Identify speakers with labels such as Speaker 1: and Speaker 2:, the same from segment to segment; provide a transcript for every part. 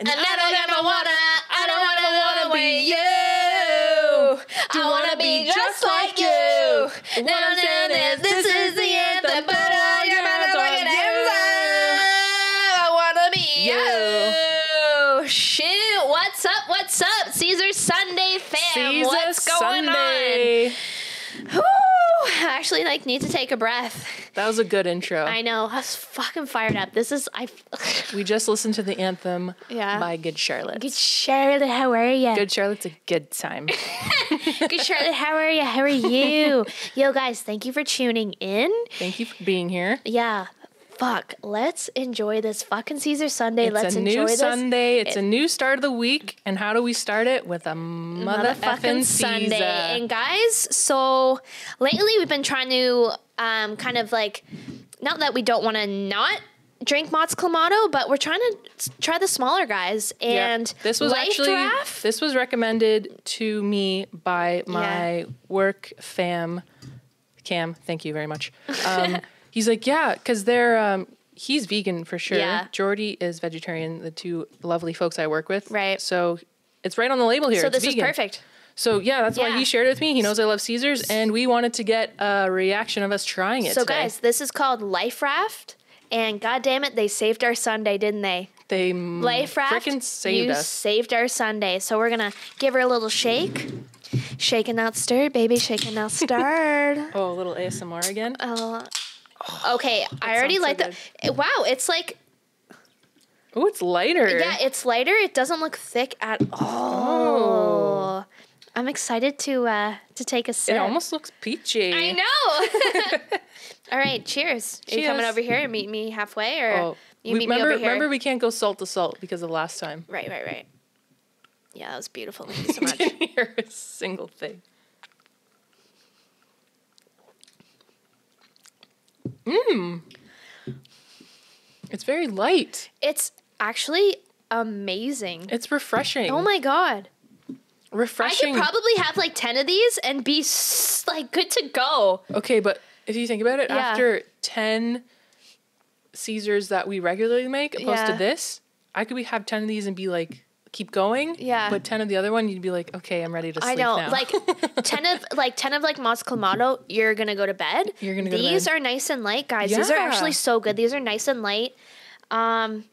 Speaker 1: And, I, don't ever wanna, I don't ever wanna be you. I wanna be just like you. Now I'm saying is this is the anthem, but all your motherfucking anthem. I wanna be you. Shit, what's up? What's up, Caesar Sunday fam?
Speaker 2: Caesar
Speaker 1: what's going
Speaker 2: Sunday.
Speaker 1: on? Whew, I actually like need to take a breath.
Speaker 2: That was a good intro.
Speaker 1: I know. I was fucking fired up. This is I.
Speaker 2: we just listened to the anthem
Speaker 1: Yeah.
Speaker 2: by Good Charlotte.
Speaker 1: Good Charlotte, how are you?
Speaker 2: Good Charlotte's a good time.
Speaker 1: Good Charlotte, how are you? How are you? Yo, guys, thank you for tuning in.
Speaker 2: Thank you for being here.
Speaker 1: Yeah, fuck. Let's enjoy this fucking Caesar Sunday.
Speaker 2: It's
Speaker 1: Let's
Speaker 2: a
Speaker 1: enjoy
Speaker 2: new
Speaker 1: this.
Speaker 2: Sunday. It's a new start of the week. And how do we start it? With a mother effing
Speaker 1: Motherfucking Sunday. And guys, so lately we've been trying to um, kind of like, not that we don't want to not drink Mott's Clamato, but we're trying to s- try the smaller guys. And
Speaker 2: this was
Speaker 1: Life
Speaker 2: actually
Speaker 1: Draft-
Speaker 2: this was recommended to me by my work fam cam thank you very much um, he's like yeah because they're um, he's vegan for sure
Speaker 1: Yeah.
Speaker 2: jordy is vegetarian the two lovely folks i work with
Speaker 1: Right.
Speaker 2: so it's right on the label here
Speaker 1: So
Speaker 2: it's
Speaker 1: this is
Speaker 2: vegan.
Speaker 1: perfect.
Speaker 2: so yeah that's
Speaker 1: Yeah.
Speaker 2: why he shared it with me he knows i love caesars and we wanted to get a reaction of us trying it
Speaker 1: So,
Speaker 2: today.
Speaker 1: guys, this is called Life Raft. And god damn it, they saved our Sunday, didn't they?
Speaker 2: they
Speaker 1: Life Raft,
Speaker 2: freaking Mm, saved
Speaker 1: you
Speaker 2: us
Speaker 1: saved our Sunday. So we're gonna give her a little shake. Shake and not stir, baby. Shake and not stir.
Speaker 2: oh a little asmr again
Speaker 1: Uh, okay, I already
Speaker 2: Oh, sounds
Speaker 1: like
Speaker 2: so
Speaker 1: the. Wow, it's like
Speaker 2: oh it's lighter
Speaker 1: yeah, it's lighter. It doesn't look thick at
Speaker 2: Oh.
Speaker 1: all. I'm excited to uh to take a sip.
Speaker 2: It almost looks peachy.
Speaker 1: I know. all right, cheers. Are you coming
Speaker 2: Cheers.
Speaker 1: over here and meet me halfway, or
Speaker 2: Oh,
Speaker 1: you
Speaker 2: we-
Speaker 1: meet
Speaker 2: remember,
Speaker 1: me over here?
Speaker 2: remember, we can't go salt to salt because of last time.
Speaker 1: Right, right, right. Yeah, that was beautiful. Thank you so much.
Speaker 2: Didn't hear a single thing. Mmm. It's very light.
Speaker 1: It's actually amazing.
Speaker 2: It's refreshing.
Speaker 1: Oh my god. I could
Speaker 2: refreshing.
Speaker 1: probably have like 10 of these and be s- like good to go.
Speaker 2: okay, but if you think about it,
Speaker 1: Yeah.
Speaker 2: after ten Caesars that we regularly make, opposed
Speaker 1: Yeah.
Speaker 2: to this, I could be, have ten of these and be like, keep going.
Speaker 1: Yeah.
Speaker 2: But ten of the other one, you'd be like, okay, I'm ready to
Speaker 1: I
Speaker 2: sleep
Speaker 1: know.
Speaker 2: now.
Speaker 1: Like 10 of like 10 of like Mos Clamato, you're going to go to bed.
Speaker 2: You're gonna go to
Speaker 1: These
Speaker 2: bed.
Speaker 1: are nice and light, guys. These are
Speaker 2: Yeah.
Speaker 1: actually so good. These are nice and light. Um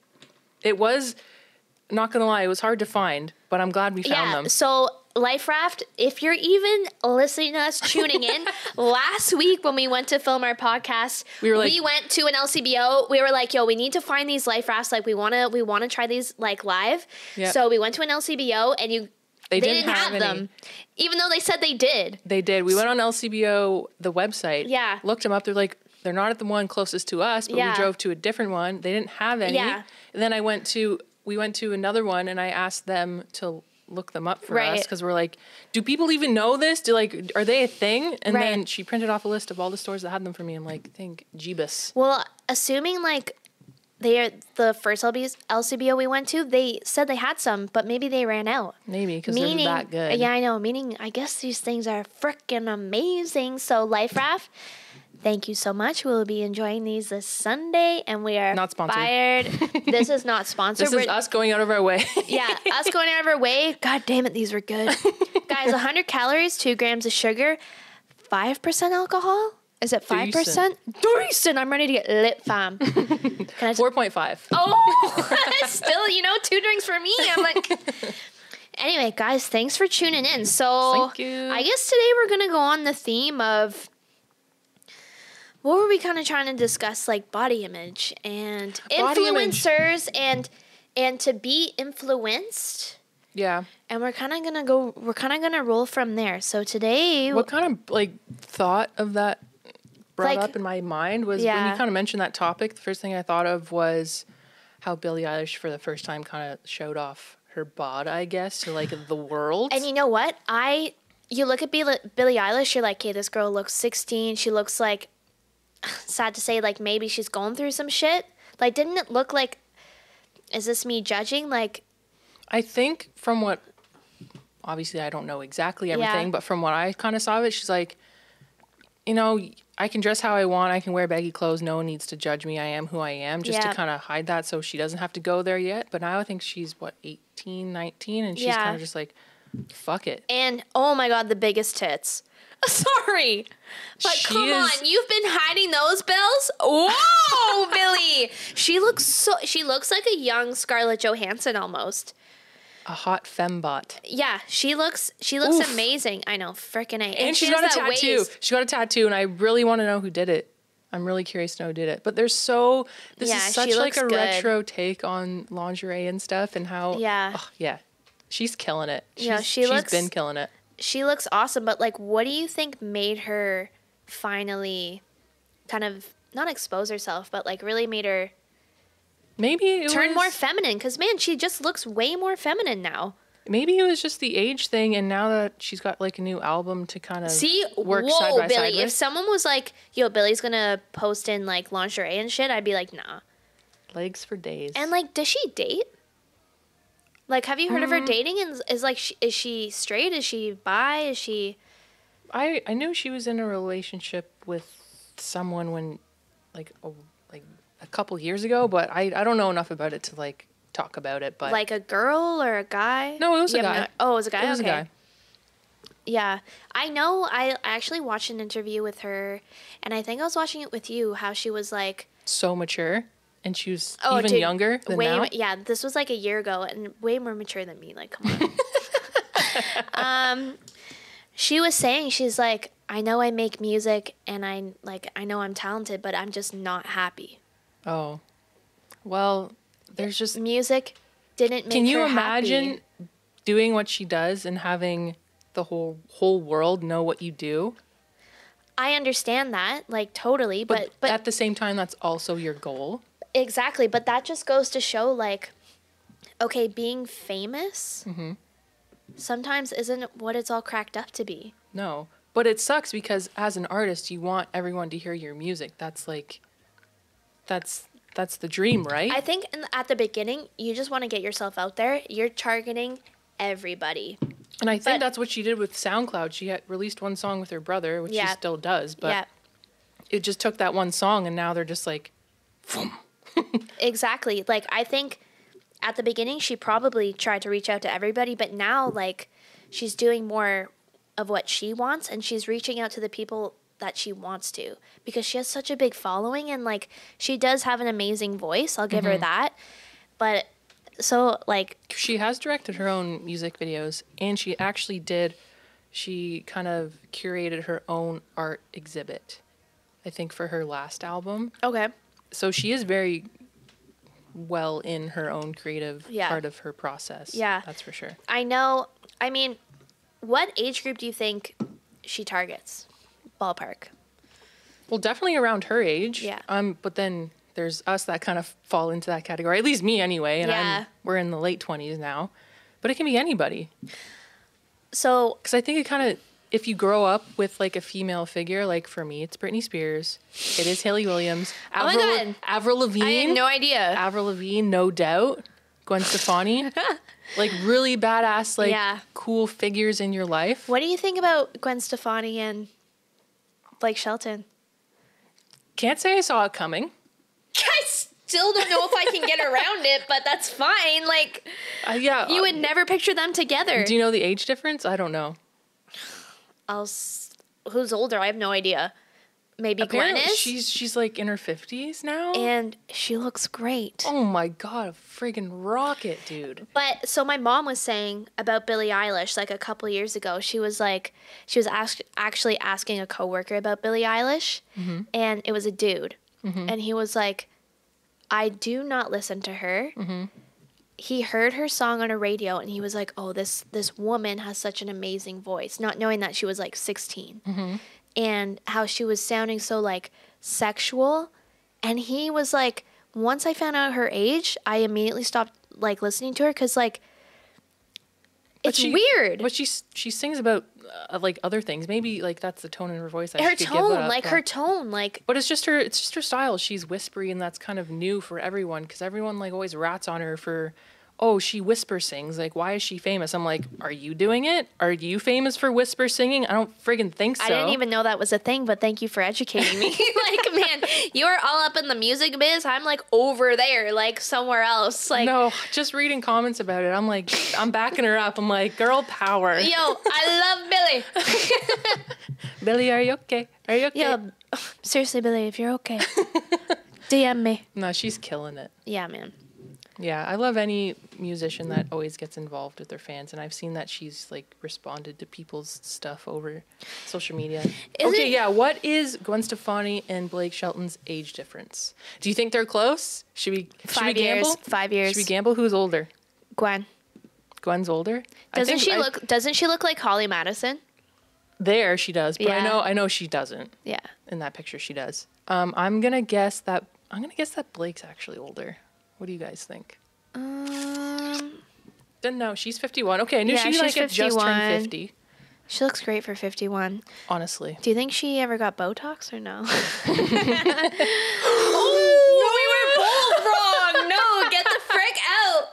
Speaker 2: It was not gonna lie, it was hard to find, but I'm glad we found
Speaker 1: yeah.
Speaker 2: them.
Speaker 1: So Life Raft, if you're even listening to us tuning in, last week when we went to film our podcast,
Speaker 2: We were like-
Speaker 1: we went to an LCBO. We were like, yo, we need to find these life rafts. Like we wanna we wanna try these like live.
Speaker 2: Yeah.
Speaker 1: So we went to an LCBO and you
Speaker 2: They
Speaker 1: they,
Speaker 2: didn't
Speaker 1: didn't,
Speaker 2: have
Speaker 1: have,
Speaker 2: any.
Speaker 1: them. Even though they said they did.
Speaker 2: They did. We went on LCBO the website.
Speaker 1: Yeah.
Speaker 2: Looked them up. They're like they're not at the one closest to us, but
Speaker 1: Yeah.
Speaker 2: we drove to a different one. They didn't have any.
Speaker 1: Yeah.
Speaker 2: And then I went to we went to another one and I asked them to look them up for us
Speaker 1: Right.
Speaker 2: because we're like, do people even know this? Do like are they a thing? And
Speaker 1: Right.
Speaker 2: then she printed off a list of all the stores that had them for me. I'm like, think Jeebus.
Speaker 1: Well, assuming like they are the first LBs, LCBO we went to, they said they had some, but maybe they ran out.
Speaker 2: Maybe because they're that good.
Speaker 1: Yeah, I know. Meaning, I guess these things are freaking amazing. So, Life Raft, thank you so much. We'll be enjoying these this Sunday, and we are
Speaker 2: Not sponsored.
Speaker 1: Fired. this is not sponsored.
Speaker 2: This is
Speaker 1: We're-
Speaker 2: us going out of our way.
Speaker 1: yeah, us going out of our way. God damn it, these were good, guys. 100 calories, two grams of sugar, five percent alcohol. Is it five percent? Decent. I'm ready to get lit, fam. Can I just
Speaker 2: Four point five.
Speaker 1: Oh, still, you know, two drinks for me. I'm like. Anyway, guys, thanks for tuning in. So,
Speaker 2: Thank you.
Speaker 1: I guess today we're gonna go on the theme of what were we kind of trying to discuss, like body image and
Speaker 2: Body image.
Speaker 1: influencers and and to be influenced.
Speaker 2: Yeah.
Speaker 1: And we're kind of gonna go. We're kind of gonna roll from there. So today,
Speaker 2: what kind of like thought of that brought
Speaker 1: Like-
Speaker 2: up in my mind was when
Speaker 1: Yeah.
Speaker 2: you kind of mentioned that topic the first thing i thought of was how billie eilish for the first time kind of showed off her bod i guess to like the world
Speaker 1: And you know what? I you look at Billie, Billie Eilish, you're like, hey, this girl looks 16. She looks like, sad to say, like maybe she's going through some shit. Like, didn't it look like? Is this me judging? Like,
Speaker 2: i think from what obviously i don't know exactly everything but from what i kind of saw of it she's like you know I can dress how I want. I can wear baggy clothes. No one needs to judge me. I am who I am, just
Speaker 1: Yeah.
Speaker 2: to kind of hide that so she doesn't have to go there yet. But now I think she's, what, 18, 19? And she's
Speaker 1: Yeah.
Speaker 2: kind of just like, fuck it.
Speaker 1: And oh my god, the biggest tits. Sorry. But
Speaker 2: She
Speaker 1: come
Speaker 2: is-
Speaker 1: on, you've been hiding those bills? Whoa, Billy. She looks so she looks like a young Scarlett Johansson almost.
Speaker 2: A hot fembot.
Speaker 1: Yeah, she looks she looks
Speaker 2: Oof.
Speaker 1: amazing. I know, freaking A. And,
Speaker 2: And, she's
Speaker 1: she
Speaker 2: got
Speaker 1: has
Speaker 2: a
Speaker 1: that
Speaker 2: tattoo.
Speaker 1: waist.
Speaker 2: She got a tattoo, and I really want to know who did it. I'm really curious to know who did it. But there's so, this
Speaker 1: Yeah,
Speaker 2: is
Speaker 1: she
Speaker 2: such like
Speaker 1: looks
Speaker 2: a
Speaker 1: good.
Speaker 2: retro take on lingerie and stuff and how,
Speaker 1: Yeah.
Speaker 2: Ugh, yeah. She's killing it. She's,
Speaker 1: Yeah, she
Speaker 2: she's
Speaker 1: looks-
Speaker 2: been killing it.
Speaker 1: She looks awesome, but like what do you think made her finally kind of not expose herself, but like really made her
Speaker 2: Maybe it
Speaker 1: turn
Speaker 2: was,
Speaker 1: more feminine cuz man, she just looks way more feminine now.
Speaker 2: Maybe it was just the age thing, and now that she's got like a new album to kind of
Speaker 1: See,
Speaker 2: work
Speaker 1: whoa,
Speaker 2: side by
Speaker 1: Billy.
Speaker 2: side
Speaker 1: if
Speaker 2: with,
Speaker 1: someone was like, "Yo, Billy's gonna post in like lingerie and shit," I'd be like, "Nah."
Speaker 2: legs for days.
Speaker 1: And like, does she date? Like, have you heard of her dating? And is, is like, sh is she straight? Is she bi? Is she?
Speaker 2: I I knew she was in a relationship with someone when, like, a, like a couple years ago, but I I don't know enough about it to like talk about it. But
Speaker 1: like a girl or a guy?
Speaker 2: No, it was a
Speaker 1: You have
Speaker 2: guy.
Speaker 1: no- oh, it was a guy.
Speaker 2: it was
Speaker 1: okay.
Speaker 2: a guy.
Speaker 1: Yeah, I know. I actually watched an interview with her, and I think I was watching it with you. How she was like,
Speaker 2: so mature, and she was
Speaker 1: oh,
Speaker 2: even
Speaker 1: dude,
Speaker 2: younger than
Speaker 1: way,
Speaker 2: now.
Speaker 1: Yeah, this was like a year ago, and way more mature than me. Like, come on. um, she was saying she's like, I know I make music, and I like, I know I'm talented, but I'm just not happy.
Speaker 2: Oh, well, there's just
Speaker 1: Music didn't make
Speaker 2: Can you
Speaker 1: her
Speaker 2: imagine
Speaker 1: happy.
Speaker 2: doing what she does and having the whole whole world know what you do?
Speaker 1: I understand that, like, totally, but but
Speaker 2: at the same time, that's also your goal.
Speaker 1: Exactly, but that just goes to show like, okay, being famous sometimes isn't what it's all cracked up to be.
Speaker 2: No, but it sucks because as an artist, you want everyone to hear your music. That's like, that's that's the dream, right?
Speaker 1: Mm. I think in, at the beginning, you just want to get yourself out there. You're targeting everybody.
Speaker 2: and I think
Speaker 1: but-
Speaker 2: that's what she did with SoundCloud. She had released one song with her brother, which
Speaker 1: Yeah.
Speaker 2: she still does, but
Speaker 1: yeah,
Speaker 2: it just took that one song, and now they're just like,
Speaker 1: exactly. Like I think at the beginning, she probably tried to reach out to everybody, but now like she's doing more of what she wants, and she's reaching out to the people that she wants to because she has such a big following, and like she does have an amazing voice. I'll give her that, but so like
Speaker 2: she has directed her own music videos and she actually did she kind of curated her own art exhibit i think for her last album
Speaker 1: okay,
Speaker 2: so she is very well in her own creative
Speaker 1: Yeah.
Speaker 2: part of her process
Speaker 1: Yeah.
Speaker 2: that's for sure
Speaker 1: I know. I mean, what age group do you think she targets? Ballpark.
Speaker 2: well definitely around her age
Speaker 1: Yeah.
Speaker 2: um but then there's us that kind of fall into that category at least me anyway and
Speaker 1: Yeah.
Speaker 2: I'm, we're in the late 20s now but it can be anybody
Speaker 1: So
Speaker 2: because I think it kind of if you grow up with like a female figure, like for me, it's Britney Spears, it is Haley Williams,
Speaker 1: Oh my
Speaker 2: Avril,
Speaker 1: God.
Speaker 2: Avril Lavigne,
Speaker 1: idea.
Speaker 2: Avril Lavigne, no doubt, Gwen Stefani, like really badass, like
Speaker 1: Yeah.
Speaker 2: cool figures in your life.
Speaker 1: What do you think about Gwen Stefani and Blake Shelton?
Speaker 2: Can't say I saw it coming.
Speaker 1: I still don't know if I can get around it, but that's fine. Like
Speaker 2: Uh, yeah, uh,
Speaker 1: you would never picture them together.
Speaker 2: do you know the age difference? I don't know.
Speaker 1: I'll s- who's older? I have no idea. Maybe
Speaker 2: Apparently,
Speaker 1: Gwen is.
Speaker 2: she's she's like in her fifties now.
Speaker 1: and she looks great.
Speaker 2: oh my god, a friggin' rocket, dude!
Speaker 1: But so my mom was saying about Billie Eilish like a couple years ago. She was like, she was ask, actually asking a coworker about Billie Eilish,
Speaker 2: Mm-hmm.
Speaker 1: and it was a dude, and he was like, "I do not listen to her."
Speaker 2: Mm-hmm.
Speaker 1: He heard her song on a radio, and he was like, "Oh, this this woman has such an amazing voice," not knowing that she was like 16,
Speaker 2: Mm-hmm.
Speaker 1: and how she was sounding so like sexual and he was like once i found out her age i immediately stopped like listening to her because like
Speaker 2: But
Speaker 1: it's
Speaker 2: she-
Speaker 1: weird
Speaker 2: But she s- she sings about uh, like other things. Maybe like that's the tone in her voice. That
Speaker 1: her
Speaker 2: she could give
Speaker 1: tone
Speaker 2: up
Speaker 1: like
Speaker 2: on.
Speaker 1: her tone like
Speaker 2: But it's just her. It's just her style. She's whispery, and that's kind of new for everyone because everyone like always rats on her for oh, she whisper sings. Like, why is she famous? I'm like, are you doing it? Are you famous for whisper singing? I don't friggin' think so.
Speaker 1: I didn't even know that was a thing, but thank you for educating me. like, man, you are all up in the music biz. I'm like over there, like somewhere else. Like,
Speaker 2: no, just reading comments about it. I'm like, I'm backing her up. I'm like, girl power.
Speaker 1: yo, I love Billy.
Speaker 2: Billy, are you okay? Are you okay?
Speaker 1: Yo, seriously, Billy, if you're okay, DM me.
Speaker 2: No, she's killing it.
Speaker 1: Yeah, man.
Speaker 2: Yeah, I love any musician that always gets involved with their fans, and I've seen that she's like responded to people's stuff over social media. okay,
Speaker 1: it-
Speaker 2: yeah. What is Gwen Stefani and Blake Shelton's age difference? Do you think they're close? Should we should
Speaker 1: Five
Speaker 2: we
Speaker 1: years.
Speaker 2: gamble?
Speaker 1: Five years.
Speaker 2: Should we gamble? Who's older?
Speaker 1: Gwen.
Speaker 2: Gwen's older. I
Speaker 1: Doesn't
Speaker 2: think
Speaker 1: she
Speaker 2: I-
Speaker 1: look? Doesn't she look like Holly Madison?
Speaker 2: there? She does, but I
Speaker 1: Yeah.
Speaker 2: know I know she doesn't.
Speaker 1: Yeah.
Speaker 2: In that picture, she does. Um, I'm gonna guess that I'm gonna guess that Blake's actually older. What do you guys think?
Speaker 1: Um,
Speaker 2: Then no, she's 51. Okay, I knew
Speaker 1: Yeah,
Speaker 2: she
Speaker 1: she's
Speaker 2: like had just turned
Speaker 1: 51.
Speaker 2: 50.
Speaker 1: she looks great for fifty-one.
Speaker 2: Honestly.
Speaker 1: Do you think she ever got Botox or no?
Speaker 2: Oh,
Speaker 1: Wrong. No, get the frick out.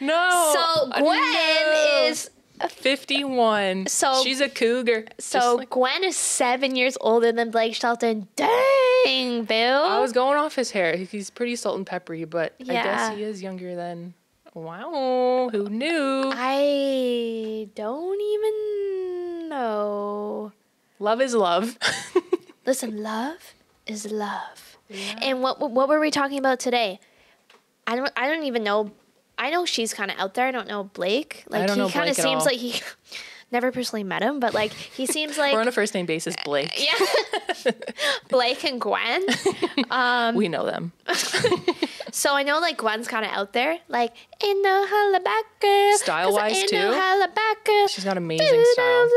Speaker 2: we were both. No.
Speaker 1: So Gwen
Speaker 2: Oh, No.
Speaker 1: is
Speaker 2: 51.
Speaker 1: So-
Speaker 2: she's a cougar.
Speaker 1: so
Speaker 2: Just like-
Speaker 1: Gwen is seven years older than Blake Shelton. Dang, Bill.
Speaker 2: I was going off his hair. He's pretty salt and peppery, but I guess
Speaker 1: Yeah.
Speaker 2: he is younger than. Wow, who knew?
Speaker 1: I don't even know.
Speaker 2: Love is love.
Speaker 1: Listen, love is love. And what what were we talking about today? I don't I don't even know. I know she's kind of out there. I don't know Blake. Like
Speaker 2: don't
Speaker 1: he
Speaker 2: know
Speaker 1: kind of
Speaker 2: Blake at
Speaker 1: seems
Speaker 2: all.
Speaker 1: like he never personally met him, but like he seems like
Speaker 2: We're on a first name basis, Blake.
Speaker 1: yeah. Blake and Gwen. Um,
Speaker 2: we know them.
Speaker 1: So I know like Gwen's kind of out there. Like in the Hollabacker.
Speaker 2: Style-wise,
Speaker 1: in
Speaker 2: too?
Speaker 1: the Hollabacker.
Speaker 2: She's got amazing style.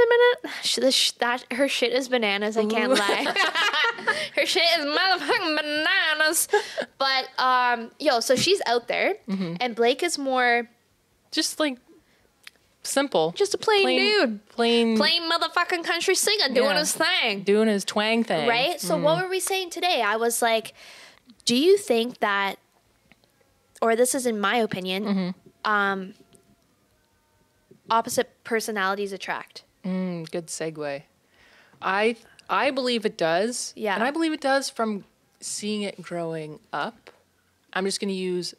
Speaker 1: Sh- the sh- that her shit is bananas. I can't lie. her shit is motherfucking bananas. But um, yo, so she's out there,
Speaker 2: Mm-hmm.
Speaker 1: and Blake is more
Speaker 2: Just like simple.
Speaker 1: just a plain,
Speaker 2: plain
Speaker 1: dude,
Speaker 2: Plain,
Speaker 1: plain motherfucking country singer doing
Speaker 2: Yeah.
Speaker 1: his thing,
Speaker 2: doing his twang thing.
Speaker 1: right? So what were we saying today? I was like, do you think that, or this is in my opinion, um, opposite personalities attract?
Speaker 2: Mm, good segue. I I believe it does.
Speaker 1: Yeah.
Speaker 2: And I believe it does from seeing it growing up. I'm just going to use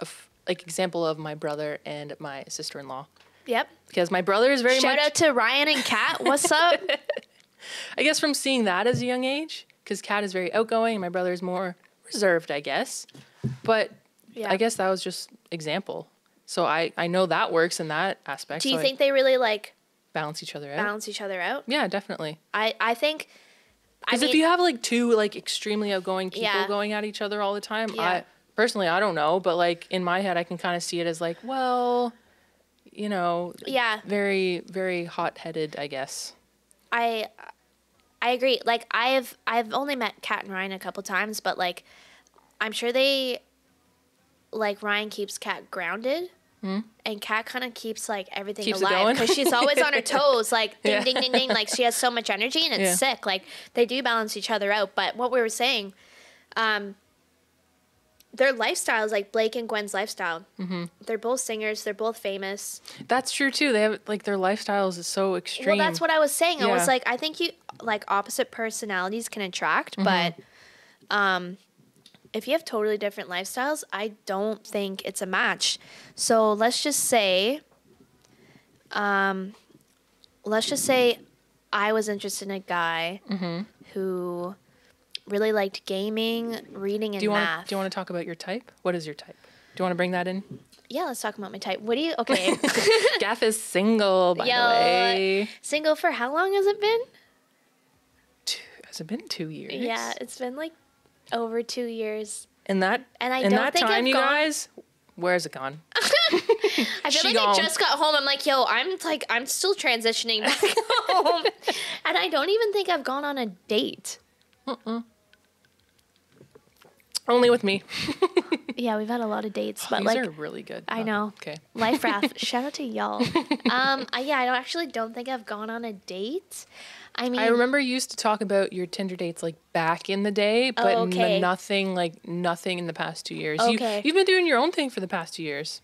Speaker 2: a f- like example of my brother and my sister-in-law
Speaker 1: Yep.
Speaker 2: because my brother is very
Speaker 1: Shout
Speaker 2: much
Speaker 1: out to Ryan and Kat. What's up?
Speaker 2: I guess from seeing that as a young age cuz Kat is very outgoing and my brother is more reserved, I guess. But
Speaker 1: Yeah.
Speaker 2: I guess that was just example. So I I know that works in that aspect.
Speaker 1: Do you
Speaker 2: so I
Speaker 1: think they really like
Speaker 2: balance each other out?
Speaker 1: balance each other out?
Speaker 2: Yeah, definitely.
Speaker 1: I I think I
Speaker 2: Because if
Speaker 1: mean-
Speaker 2: you have like two like extremely outgoing people
Speaker 1: Yeah.
Speaker 2: going at each other all the time,
Speaker 1: Yeah.
Speaker 2: I personally I don't know, but like in my head I can kind of see it as like, well, you know,
Speaker 1: yeah
Speaker 2: very very hot headed, I guess.
Speaker 1: I I agree. Like I've I've only met Kat and Ryan a couple times, but like I'm sure they like Ryan keeps Kat grounded. And Kat kind of keeps like everything
Speaker 2: Hmm? Keeps it
Speaker 1: alive
Speaker 2: going.
Speaker 1: because she's always on her toes, like ding
Speaker 2: Yeah.
Speaker 1: ding ding ding. Like she has so much energy and it's
Speaker 2: Yeah.
Speaker 1: sick. Like they do balance each other out. But what we were saying, um, their lifestyles, like Blake and Gwen's lifestyle,
Speaker 2: Mm-hmm.
Speaker 1: they're both singers. They're both famous.
Speaker 2: That's true too. They have like their lifestyles is so extreme.
Speaker 1: Well, that's what I was saying. I
Speaker 2: Yeah.
Speaker 1: was like, I think you like opposite personalities can attract,
Speaker 2: Mm-hmm.
Speaker 1: but um, if you have totally different lifestyles, I don't think it's a match. So let's just say, um, let's just say I was interested in a guy
Speaker 2: Mm-hmm.
Speaker 1: who really liked gaming, reading, and
Speaker 2: do you want
Speaker 1: math.
Speaker 2: do you want to talk about your type? What is your type? Do you want to bring that in?
Speaker 1: yeah, let's talk about my type. What do you? Okay,
Speaker 2: Gaff is single, by
Speaker 1: Yo.
Speaker 2: the way.
Speaker 1: single for how long has it been?
Speaker 2: Two, has it been two years?
Speaker 1: Yeah, it's been like over two years.
Speaker 2: In that
Speaker 1: And I
Speaker 2: in
Speaker 1: don't
Speaker 2: that
Speaker 1: think
Speaker 2: time,
Speaker 1: I've
Speaker 2: you
Speaker 1: gone-
Speaker 2: guys, where's it gone?
Speaker 1: I feel
Speaker 2: She
Speaker 1: like
Speaker 2: gone.
Speaker 1: I just got home. I'm like, yo, I'm like, I'm still transitioning back home, and I don't even think I've gone on a date.
Speaker 2: Only with me.
Speaker 1: Yeah, we've had a lot of dates, but
Speaker 2: These
Speaker 1: like,
Speaker 2: are really good.
Speaker 1: I
Speaker 2: Oh,
Speaker 1: know.
Speaker 2: Okay.
Speaker 1: life raft. Shout out to y'all. Um, I, yeah, I don't, actually don't think I've gone on a date. I mean,
Speaker 2: I remember you used to talk about your Tinder dates like back in the day, but n-
Speaker 1: Oh, okay.
Speaker 2: nothing like nothing in the past two years. You,
Speaker 1: Okay.
Speaker 2: you've been doing your own thing for the past two years.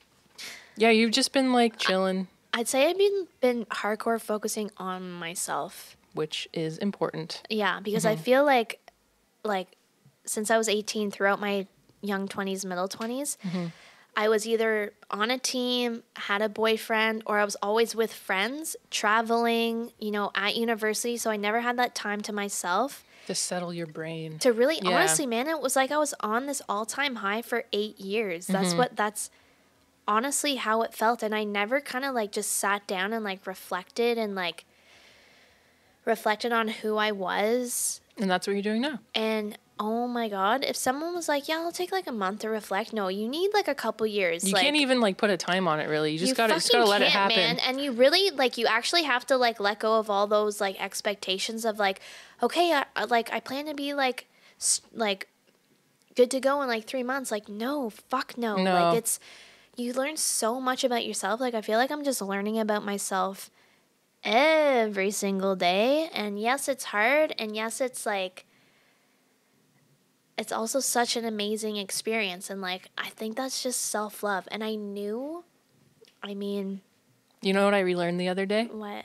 Speaker 2: Yeah, you've just been like chilling,
Speaker 1: I'd say I've been been hardcore focusing on myself.
Speaker 2: which is important.
Speaker 1: Yeah, because I feel like like since I was 18 throughout my young 20s, middle 20s, I was either on a team, had a boyfriend, or I was always with friends, traveling, you know, at university, so I never had that time to myself.
Speaker 2: To settle your brain.
Speaker 1: to really
Speaker 2: Yeah.
Speaker 1: honestly man it was like i was on this all-time high for eight years that's what that's honestly how it felt and i never kind of like just sat down and like reflected and like reflected on who i was
Speaker 2: And that's what you're doing now.
Speaker 1: and oh my god if someone was like yeah i'll take like a month to reflect no you need like a couple years
Speaker 2: You
Speaker 1: like,
Speaker 2: can't even like put a time on it really. You just gotta just gotta
Speaker 1: fucking
Speaker 2: let it
Speaker 1: can't,
Speaker 2: happen.
Speaker 1: And you really like you actually have to like let go of all those like expectations of like, okay, I, I- like I plan to be like s- like good to go in like three months. Like no, fuck no.
Speaker 2: No.
Speaker 1: Like it's you learn so much about yourself. Like I feel like I'm just learning about myself every single day. And yes, it's hard. And yes, it's like. It's also such an amazing experience. And like, I think that's just self love. And I knew, I mean,
Speaker 2: You know what I relearned the other day?
Speaker 1: what?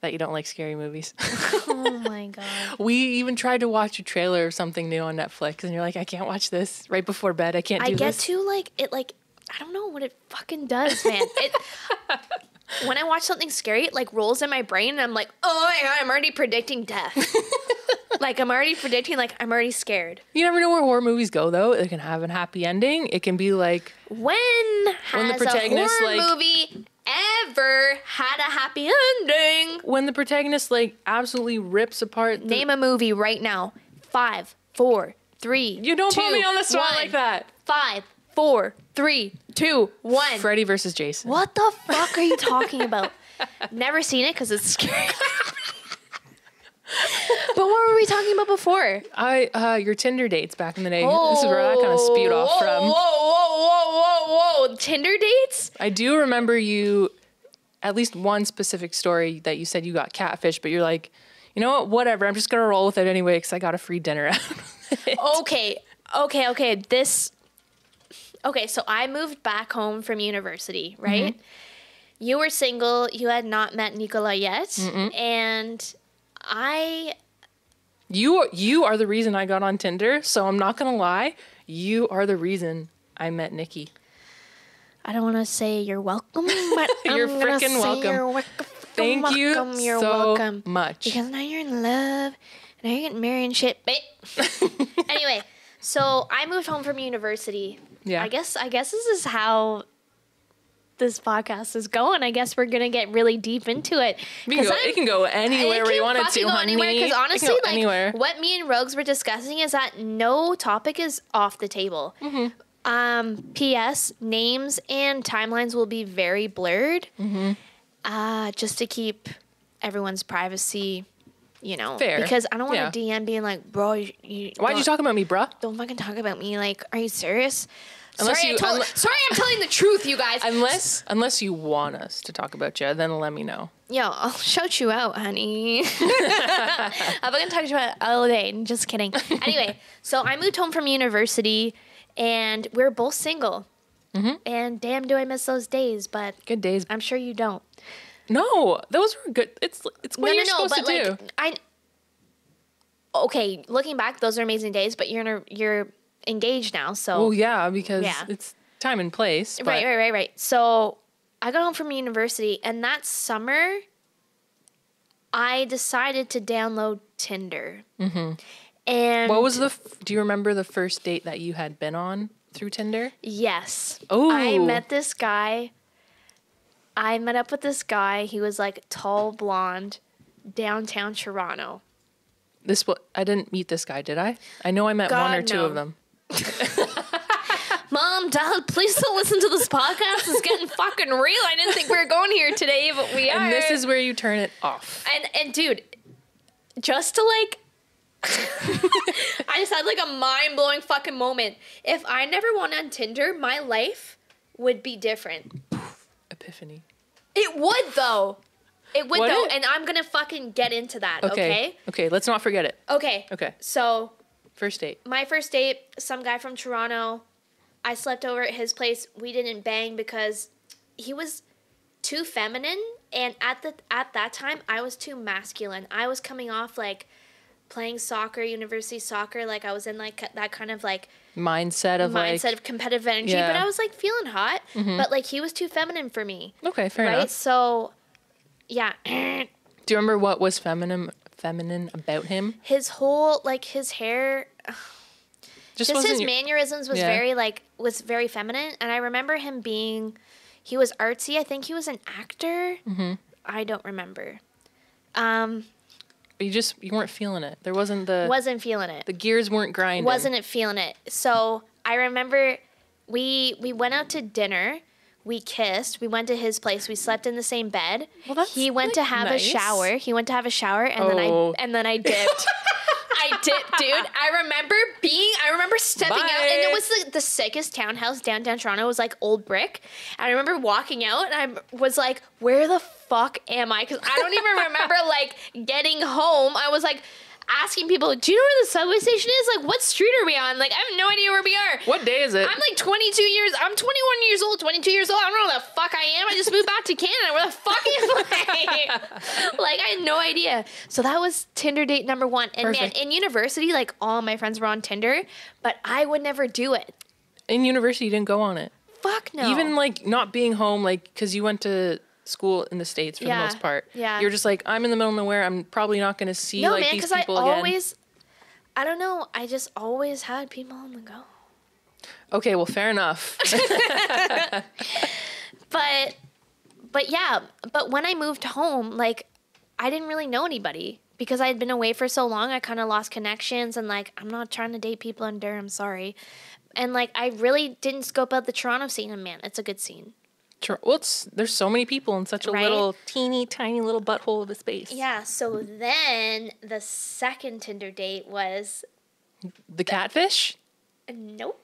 Speaker 2: That you don't like scary movies.
Speaker 1: Oh my god.
Speaker 2: we even tried to watch a trailer of something new on Netflix, and you're like, I can't watch this right before bed. I can't
Speaker 1: I
Speaker 2: do
Speaker 1: get
Speaker 2: this.
Speaker 1: to like it like I don't know what it fucking does, man. It When I watch something scary, it like rolls in my brain and I'm like, "Oh my god, I'm already predicting death." like I'm already predicting like I'm already scared.
Speaker 2: you never know where horror movies go, though. It can have a happy ending. It can be like,
Speaker 1: When has
Speaker 2: When the protagonist,
Speaker 1: a horror
Speaker 2: like-
Speaker 1: movie ever had a happy ending?
Speaker 2: when the protagonist like absolutely rips apart. The-
Speaker 1: Name a movie right now. Five, four, three.
Speaker 2: you don't put
Speaker 1: two,
Speaker 2: me on the spot
Speaker 1: one.
Speaker 2: like that.
Speaker 1: Five, four, three, two, one.
Speaker 2: Freddy versus Jason.
Speaker 1: What the fuck are you talking about? Never seen it because it's scary. but what were we talking about before?
Speaker 2: I uh, your Tinder dates back in the day. this is where that kind of spewed off
Speaker 1: whoa,
Speaker 2: from.
Speaker 1: Oh, Whoa, whoa, whoa, whoa, whoa! Tinder dates?
Speaker 2: I do remember you, at least one specific story that you said you got catfish, but you're like, you know what? Whatever. I'm just gonna roll with it anyway because I got a free dinner. out of
Speaker 1: Oh,
Speaker 2: it."
Speaker 1: Okay, okay, okay. This. Okay, so I moved back home from university, right? You were single. You had not met Nicola yet, and I
Speaker 2: you you are the reason I got on Tinder. So I'm not gonna lie. You are the reason I met Nikki.
Speaker 1: I don't want to say you're welcome, but
Speaker 2: You're
Speaker 1: I'm gonna
Speaker 2: frickin'
Speaker 1: say
Speaker 2: welcome.
Speaker 1: You're welcome.
Speaker 2: Thank
Speaker 1: welcome,
Speaker 2: you
Speaker 1: You're
Speaker 2: so
Speaker 1: welcome.
Speaker 2: much.
Speaker 1: Because now you're in love, and now you're getting married and shit. But anyway, so I moved home from university.
Speaker 2: Yeah.
Speaker 1: I guess I guess this is how this podcast is going. I guess we're gonna get really deep into it.
Speaker 2: We can
Speaker 1: 'Cause
Speaker 2: go,
Speaker 1: I'm-
Speaker 2: it can go anywhere
Speaker 1: it
Speaker 2: we
Speaker 1: can
Speaker 2: wanted to,
Speaker 1: fucking go
Speaker 2: honey.
Speaker 1: anywhere
Speaker 2: It
Speaker 1: because
Speaker 2: can
Speaker 1: honestly,
Speaker 2: go
Speaker 1: like
Speaker 2: anywhere.
Speaker 1: what me and Rogues were discussing is that no topic is off the table.
Speaker 2: Mm-hmm.
Speaker 1: Um, P.S. Names and timelines will be very blurred,
Speaker 2: Mm-hmm.
Speaker 1: uh, just to keep everyone's privacy. You know,
Speaker 2: Fair.
Speaker 1: because I don't
Speaker 2: Yeah.
Speaker 1: want to DM being like, bro, you, you
Speaker 2: Why'd you
Speaker 1: don't-
Speaker 2: talk about me, bruh?
Speaker 1: Don't fucking talk about me. Like, are you serious?
Speaker 2: Unless
Speaker 1: sorry,
Speaker 2: you-
Speaker 1: I told,
Speaker 2: unle-
Speaker 1: sorry, I'm telling the truth, you guys.
Speaker 2: Unless unless you want us to talk about you, then let me know.
Speaker 1: Yo, I'll shout you out, honey. I'm gonna talk to you about all day. Just kidding. Anyway, so I moved home from university, and we are both single.
Speaker 2: Mm-hmm.
Speaker 1: And damn, do I miss those days? But
Speaker 2: Good days.
Speaker 1: I'm sure you don't.
Speaker 2: No, those were good. It's it's what you're supposed to do.
Speaker 1: like I. Okay, looking back, those are amazing days. But you're in a, you're engaged now, so
Speaker 2: Well, yeah, because
Speaker 1: Yeah.
Speaker 2: it's time and place. But
Speaker 1: Right, right, right, right. So I got home from university, and that summer, I decided to download Tinder. Mm-hmm. And
Speaker 2: What was the? F- do you remember the first date that you had been on through Tinder?
Speaker 1: yes, I
Speaker 2: Ooh.
Speaker 1: met this guy. I met up with this guy. He was like tall, blonde, downtown Toronto.
Speaker 2: This what I didn't meet this guy, did I? I know I met one
Speaker 1: God,
Speaker 2: or two
Speaker 1: no.
Speaker 2: of them.
Speaker 1: Mom, Dad, please don't listen to this podcast. It's getting fucking real. I didn't think we were going here today, but we are.
Speaker 2: And this is where you turn it off.
Speaker 1: And and dude, just to like I just had like a mind blowing fucking moment. If I never went on Tinder, my life would be different.
Speaker 2: Epiphany.
Speaker 1: It would though. It would
Speaker 2: Would
Speaker 1: though,
Speaker 2: it?
Speaker 1: and I'm gonna fucking get into that,
Speaker 2: Okay.
Speaker 1: okay?
Speaker 2: Okay. Let's not forget it.
Speaker 1: Okay.
Speaker 2: Okay.
Speaker 1: So
Speaker 2: First date.
Speaker 1: my first date, some guy from Toronto. I slept over at his place. We didn't bang because he was too feminine and at the at that time I was too masculine. I was coming off like playing soccer, university soccer, like I was in like that kind of like
Speaker 2: mindset of
Speaker 1: mindset
Speaker 2: like
Speaker 1: of competitive energy, but
Speaker 2: Yeah.
Speaker 1: I was like feeling hot, but like he was too feminine for me.
Speaker 2: okay, fair
Speaker 1: right?
Speaker 2: enough.
Speaker 1: So yeah,
Speaker 2: Do you remember what was feminine feminine about him?
Speaker 1: his whole like his hair
Speaker 2: Just,
Speaker 1: just
Speaker 2: wasn't
Speaker 1: his
Speaker 2: your-
Speaker 1: mannerisms was
Speaker 2: Yeah.
Speaker 1: very like was very feminine and i remember him being he was artsy i think he was an actor
Speaker 2: Mm-hmm.
Speaker 1: i don't remember um
Speaker 2: you just you weren't feeling it. There wasn't the
Speaker 1: wasn't feeling it
Speaker 2: the gears weren't grinding.
Speaker 1: wasn't it feeling it so i remember we we went out to dinner we kissed we went to his place we slept in the same bed
Speaker 2: Well, that's,
Speaker 1: he went to
Speaker 2: like,
Speaker 1: have
Speaker 2: nice.
Speaker 1: a shower he went to have a shower and
Speaker 2: Oh.
Speaker 1: then i and then i dipped I did, dude. I remember being, I remember stepping out, and it
Speaker 2: Bye.
Speaker 1: was the, the sickest townhouse downtown Toronto. It was like old brick. And I remember walking out, and I was like, where the fuck am I? Because I don't even remember like getting home. I was like, asking people, do you know where the subway station is? Like, what street are we on? Like, I have no idea where we are.
Speaker 2: What day is it?
Speaker 1: I'm like 22 years. I'm 21 years old. 22 years old. I don't know where the fuck I am. I just moved back to Canada. Where the fuck am I? like I had no idea. So that was Tinder date number one. And
Speaker 2: Perfect.
Speaker 1: man, in university, like all my friends were on Tinder, but I would never do it.
Speaker 2: in university, you didn't go on it.
Speaker 1: Fuck no.
Speaker 2: Even like not being home, like because you went to school in the states for
Speaker 1: Yeah,
Speaker 2: the most part.
Speaker 1: yeah.
Speaker 2: You're just like I'm in the middle of nowhere. I'm probably not going to see
Speaker 1: no
Speaker 2: like
Speaker 1: man,
Speaker 2: these
Speaker 1: because I
Speaker 2: people again.
Speaker 1: always, I don't know. I just always had people on the go.
Speaker 2: Okay, well, fair enough.
Speaker 1: But, but yeah. But when I moved home, like I didn't really know anybody because I had been away for so long. I kind of lost connections and like I'm not trying to date people in Durham, sorry. And like I really didn't scope out the Toronto scene and man, it's a good scene.
Speaker 2: Tr- well, it's, there's so many people in such a
Speaker 1: Right?
Speaker 2: little teeny tiny little butthole of a space.
Speaker 1: Yeah, so then the second Tinder date was
Speaker 2: The catfish.
Speaker 1: nope.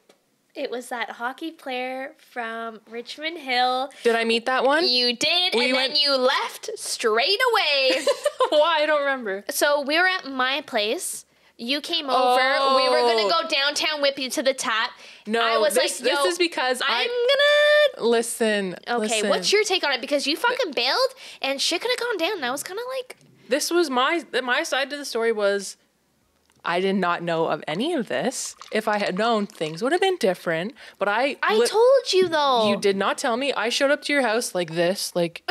Speaker 1: It was that hockey player from Richmond Hill.
Speaker 2: Did I meet that one?
Speaker 1: You did,
Speaker 2: We
Speaker 1: and
Speaker 2: went-
Speaker 1: then you left straight away.
Speaker 2: Why I don't remember.
Speaker 1: So we were at my place. You came over. We were gonna
Speaker 2: Oh.
Speaker 1: go downtown with you to the tap.
Speaker 2: No,
Speaker 1: I was
Speaker 2: this,
Speaker 1: like, Yo,
Speaker 2: this is because
Speaker 1: I'm
Speaker 2: I
Speaker 1: gonna.
Speaker 2: listen.
Speaker 1: Okay,
Speaker 2: listen.
Speaker 1: what's your take on it? Because you fucking bailed, and shit could have gone down. And I was kind of like,
Speaker 2: this was my th- my side to the story was I did not know of any of this. If I had known, things would have been different. But I
Speaker 1: I
Speaker 2: li-
Speaker 1: told you though.
Speaker 2: you did not tell me. I showed up to your house like this, like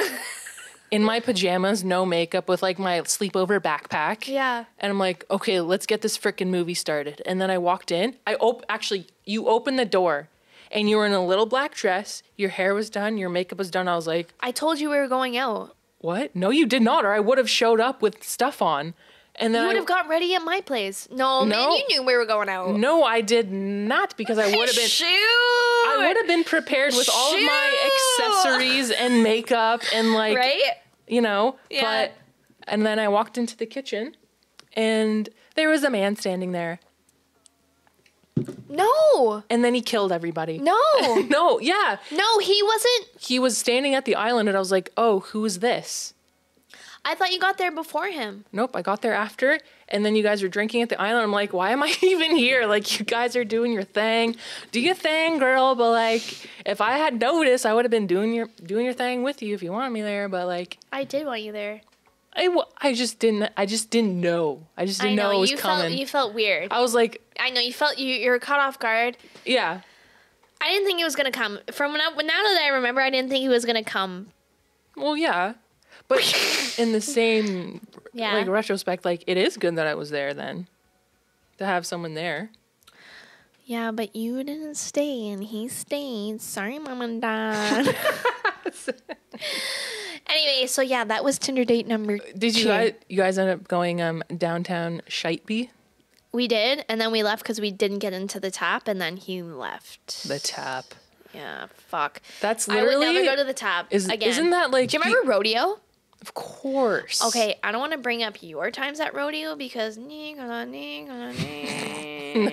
Speaker 2: in my pajamas, no makeup, with like my sleepover backpack.
Speaker 1: Yeah.
Speaker 2: And I'm like, okay, let's get this frickin' movie started. And then I walked in. I op- actually you opened the door, and you were in a little black dress. Your hair was done. Your makeup was done. I was like.
Speaker 1: I told you we were going out.
Speaker 2: What? No, you did not, or I would have showed up with stuff on. And then I
Speaker 1: You would have got ready at my place. No, man,
Speaker 2: No.
Speaker 1: you knew we were going out.
Speaker 2: No, I did not because I would have been
Speaker 1: Shoot.
Speaker 2: I would have been prepared with all of my
Speaker 1: Shoot.
Speaker 2: accessories and makeup and like
Speaker 1: Right?
Speaker 2: you know,
Speaker 1: Yeah.
Speaker 2: but and then I walked into the kitchen and there was a man standing there
Speaker 1: No.
Speaker 2: and then he killed everybody.
Speaker 1: No.
Speaker 2: No, yeah.
Speaker 1: no, he wasn't.
Speaker 2: He was standing at the island and I was like, "Oh, who's this?"
Speaker 1: I thought you got there before him.
Speaker 2: Nope, I got there after, and then you guys were drinking at the island. I'm like, why am I even here? Like, you guys are doing your thing, do your thing, girl. But like, if I had noticed, I would have been doing your doing your thing with you if you wanted me there. But like,
Speaker 1: I did want you there.
Speaker 2: I, w- I just didn't I just didn't know. I just didn't
Speaker 1: I know,
Speaker 2: know, it was
Speaker 1: you
Speaker 2: coming.
Speaker 1: felt you felt weird.
Speaker 2: I was like,
Speaker 1: I know you felt you you were caught off guard.
Speaker 2: yeah,
Speaker 1: I didn't think it was gonna come. From when I, when- now that I remember, I didn't think he was gonna come.
Speaker 2: well, yeah. But in the same
Speaker 1: Yeah.
Speaker 2: like retrospect, like it is good that I was there then to have someone there.
Speaker 1: yeah, but you didn't stay, and he stayed. Sorry, mom and dad. anyway, so yeah, that was Tinder date number.
Speaker 2: Uh, Did you
Speaker 1: two.
Speaker 2: guys you guys end up going um downtown Shiteby?
Speaker 1: We did, and then we left because we didn't get into the tap, and then he left.
Speaker 2: The tap.
Speaker 1: yeah, fuck.
Speaker 2: That's
Speaker 1: I would
Speaker 2: literally-
Speaker 1: never go to the tap
Speaker 2: Is
Speaker 1: again.
Speaker 2: isn't that like?
Speaker 1: Do you remember rodeo?
Speaker 2: of course.
Speaker 1: Okay, I don't want to bring up your times at rodeo because no,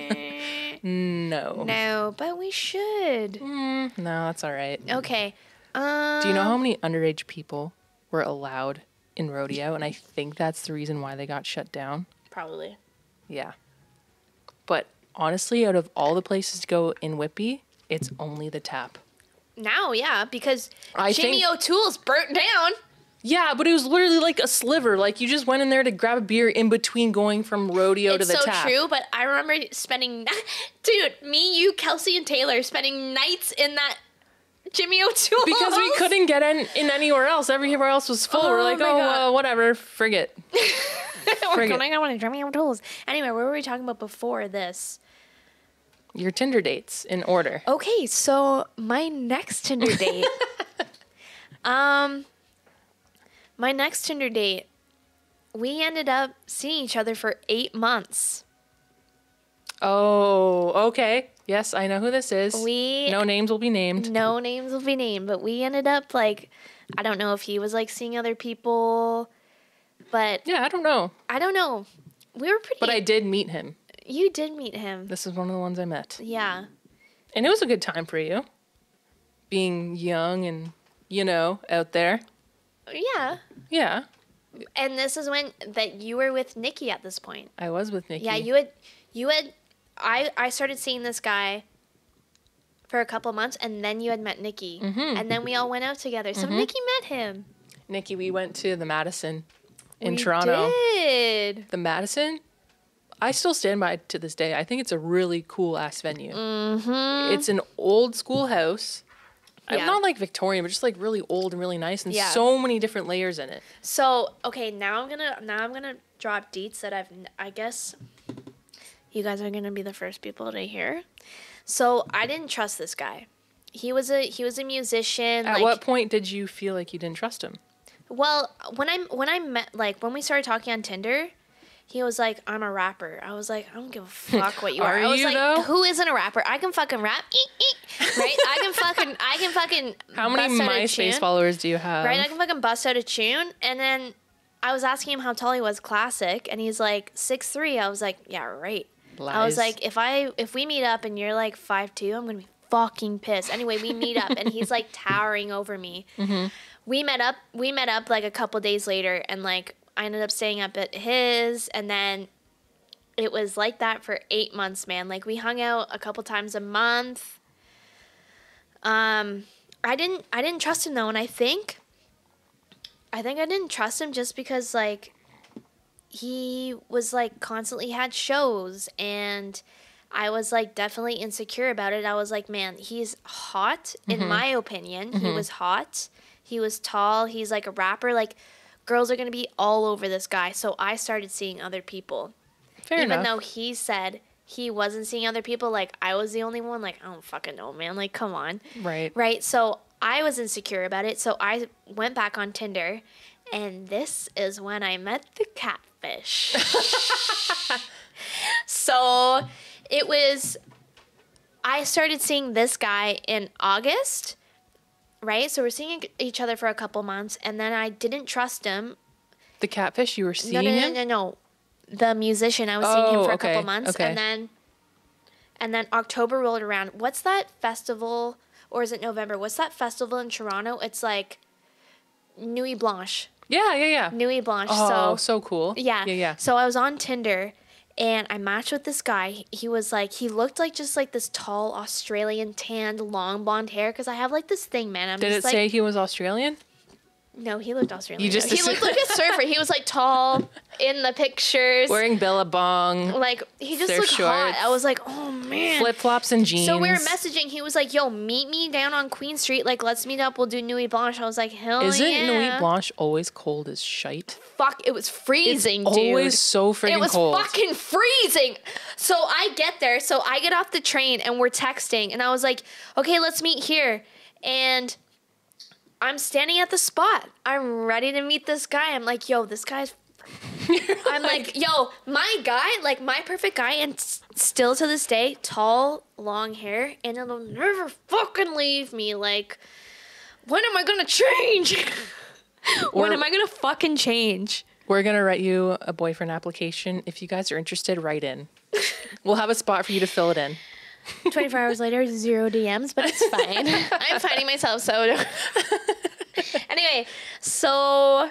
Speaker 2: No. No,
Speaker 1: but we should.
Speaker 2: mm, no that's all right.
Speaker 1: Okay. Um,
Speaker 2: Do you know how many underage people were allowed in rodeo? And I think that's the reason why they got shut down.
Speaker 1: Probably.
Speaker 2: Yeah. But honestly, out of all the places to go in Whippy, it's only the tap.
Speaker 1: Now, yeah, because
Speaker 2: I
Speaker 1: Jimmy
Speaker 2: think-
Speaker 1: O'Toole's burnt down.
Speaker 2: Yeah, but it was literally like a sliver. Like you just went in there to grab a beer in between going from rodeo to
Speaker 1: it's
Speaker 2: the
Speaker 1: so
Speaker 2: tap.
Speaker 1: true, but I remember spending, dude, me, you, Kelsey, and Taylor spending nights in that Jimmy O'Toole
Speaker 2: Because we
Speaker 1: house.
Speaker 2: couldn't get in, in anywhere else. Everywhere else was full. We're
Speaker 1: Oh
Speaker 2: like,
Speaker 1: my
Speaker 2: oh,
Speaker 1: God.
Speaker 2: well, whatever, frigate.
Speaker 1: We're
Speaker 2: Frig it.
Speaker 1: going on a Jimmy O'Toole's. Anyway, what were we talking about before this?
Speaker 2: Your Tinder dates in order.
Speaker 1: Okay, so my next Tinder date. um my next Tinder date, we ended up seeing each other for 8 months.
Speaker 2: Oh, okay. Yes, I know who this is.
Speaker 1: We-
Speaker 2: no names will be named.
Speaker 1: No names will be named, but we ended up like I don't know if he was like seeing other people, but
Speaker 2: Yeah, I don't know,
Speaker 1: I don't know. We were pretty
Speaker 2: but I did meet him.
Speaker 1: You did meet him.
Speaker 2: This is one of the ones I met,
Speaker 1: Yeah.
Speaker 2: and it was a good time for you, being young and you know out there.
Speaker 1: Yeah.
Speaker 2: Yeah,
Speaker 1: And this is when that you were with Nikki at this point.
Speaker 2: I was with Nikki.
Speaker 1: Yeah, you had you had I I started seeing this guy for a couple months and then you had met Nikki.
Speaker 2: Mhm.
Speaker 1: And then we all went out together. So
Speaker 2: Mm-hmm.
Speaker 1: Nikki met him.
Speaker 2: Nikki, we went to the Madison in
Speaker 1: We
Speaker 2: Toronto.
Speaker 1: Did.
Speaker 2: The Madison, I still stand by it to this day. I think it's a really cool ass venue.
Speaker 1: Mhm.
Speaker 2: It's an old school house. I'm
Speaker 1: Yeah.
Speaker 2: Not like Victorian, but just like really old and really nice, and
Speaker 1: Yeah.
Speaker 2: so many different layers in it.
Speaker 1: So, okay, now I'm going to now I'm going to drop deets that I've n- I guess you guys are going to be the first people to hear. So, I didn't trust this guy. He was a he was a musician.
Speaker 2: At
Speaker 1: like,
Speaker 2: what point did you feel like you didn't trust him?
Speaker 1: Well, when I when I met like when we started talking on Tinder, he was like, "I'm a rapper." I was like, "I don't give a fuck what you are."
Speaker 2: Are
Speaker 1: I was
Speaker 2: you,
Speaker 1: like,
Speaker 2: though?
Speaker 1: "Who isn't a rapper? I can fucking rap, eek, eek, right? I can fucking I can fucking
Speaker 2: How many
Speaker 1: bust out a
Speaker 2: MySpace
Speaker 1: tune,
Speaker 2: followers do you have?
Speaker 1: Right, I can fucking bust out a tune, and then I was asking him how tall he was, classic, and he's like six three. I was like, "Yeah, right." I
Speaker 2: Lies.
Speaker 1: was like, if I if we meet up and you're like five two, I'm gonna be fucking pissed. Anyway, we meet up and he's like towering over me. We met up. We met up like a couple days later, and like I ended up staying up at his, and then it was like that for eight months, man. Like we hung out a couple times a month. Um, I didn't I didn't trust him though, and I think I think I didn't trust him just because like he was like constantly had shows and I was like definitely insecure about it. I was like, man, he's hot
Speaker 2: Mm-hmm.
Speaker 1: in my opinion. He was hot. He was tall. He's like a rapper. Like girls are going to be all over this guy. So I started seeing other people.
Speaker 2: Fair
Speaker 1: Even
Speaker 2: enough.
Speaker 1: though he said he wasn't seeing other people, like I was the only one, like I don't fucking know, man. Like, come on.
Speaker 2: right.
Speaker 1: Right. So I was insecure about it. So I went back on Tinder, and this is when I met the catfish. so it was, I started seeing this guy in August, right? So we're seeing each other for a couple months, and then I didn't trust him.
Speaker 2: The catfish, you were
Speaker 1: No,
Speaker 2: seeing
Speaker 1: no, no,
Speaker 2: him?
Speaker 1: no, no. The musician, I was seeing him
Speaker 2: Oh,
Speaker 1: for a
Speaker 2: okay,
Speaker 1: couple months,
Speaker 2: okay.
Speaker 1: and then. And then October rolled around. What's that festival, or is it November? What's that festival in Toronto? It's like Nuit Blanche.
Speaker 2: Yeah, yeah, yeah.
Speaker 1: Nuit Blanche.
Speaker 2: oh, so,
Speaker 1: so,
Speaker 2: cool.
Speaker 1: yeah.
Speaker 2: Yeah, yeah.
Speaker 1: So I was on Tinder and I matched with this guy. He- He was like, he looked like just like this tall Australian tanned, long blonde hair. Cause I have like this thing, man. I'm
Speaker 2: Did
Speaker 1: just
Speaker 2: it
Speaker 1: like,
Speaker 2: say he was Australian?
Speaker 1: no, he looked Australian.
Speaker 2: You just
Speaker 1: he looked
Speaker 2: assumed-
Speaker 1: like a surfer. He was like tall in the pictures.
Speaker 2: Wearing Billabong,
Speaker 1: like he just
Speaker 2: Surf
Speaker 1: looked hot.
Speaker 2: shorts.
Speaker 1: I was like, oh man.
Speaker 2: flip flops, and jeans.
Speaker 1: So we were messaging. He was like, "Yo, meet me down on Queen Street. Like, let's meet up. We'll do Nuit Blanche." I was like, "Hell
Speaker 2: Isn't
Speaker 1: yeah!"
Speaker 2: Nuit Blanche always cold as shite?
Speaker 1: Fuck, it was freezing, dude.
Speaker 2: Always so
Speaker 1: it
Speaker 2: freaking
Speaker 1: was
Speaker 2: cold.
Speaker 1: fucking freezing. So I get there. So I get off the train and we're texting, and I was like, "Okay, let's meet here." And I'm standing at the spot. I'm ready to meet this guy. I'm like, "Yo, this guy's." I'm like, yo, my guy, like my perfect guy, and s- still to this day, tall, long hair, and it'll never fucking leave me. Like, when am I gonna change? when
Speaker 2: Or-
Speaker 1: am I gonna fucking change?
Speaker 2: We're gonna write you a boyfriend application. If you guys are interested, write in. we'll have a spot for you to fill it in.
Speaker 1: 24 hours later, zero DMs, but it's fine. I'm finding myself so. anyway, so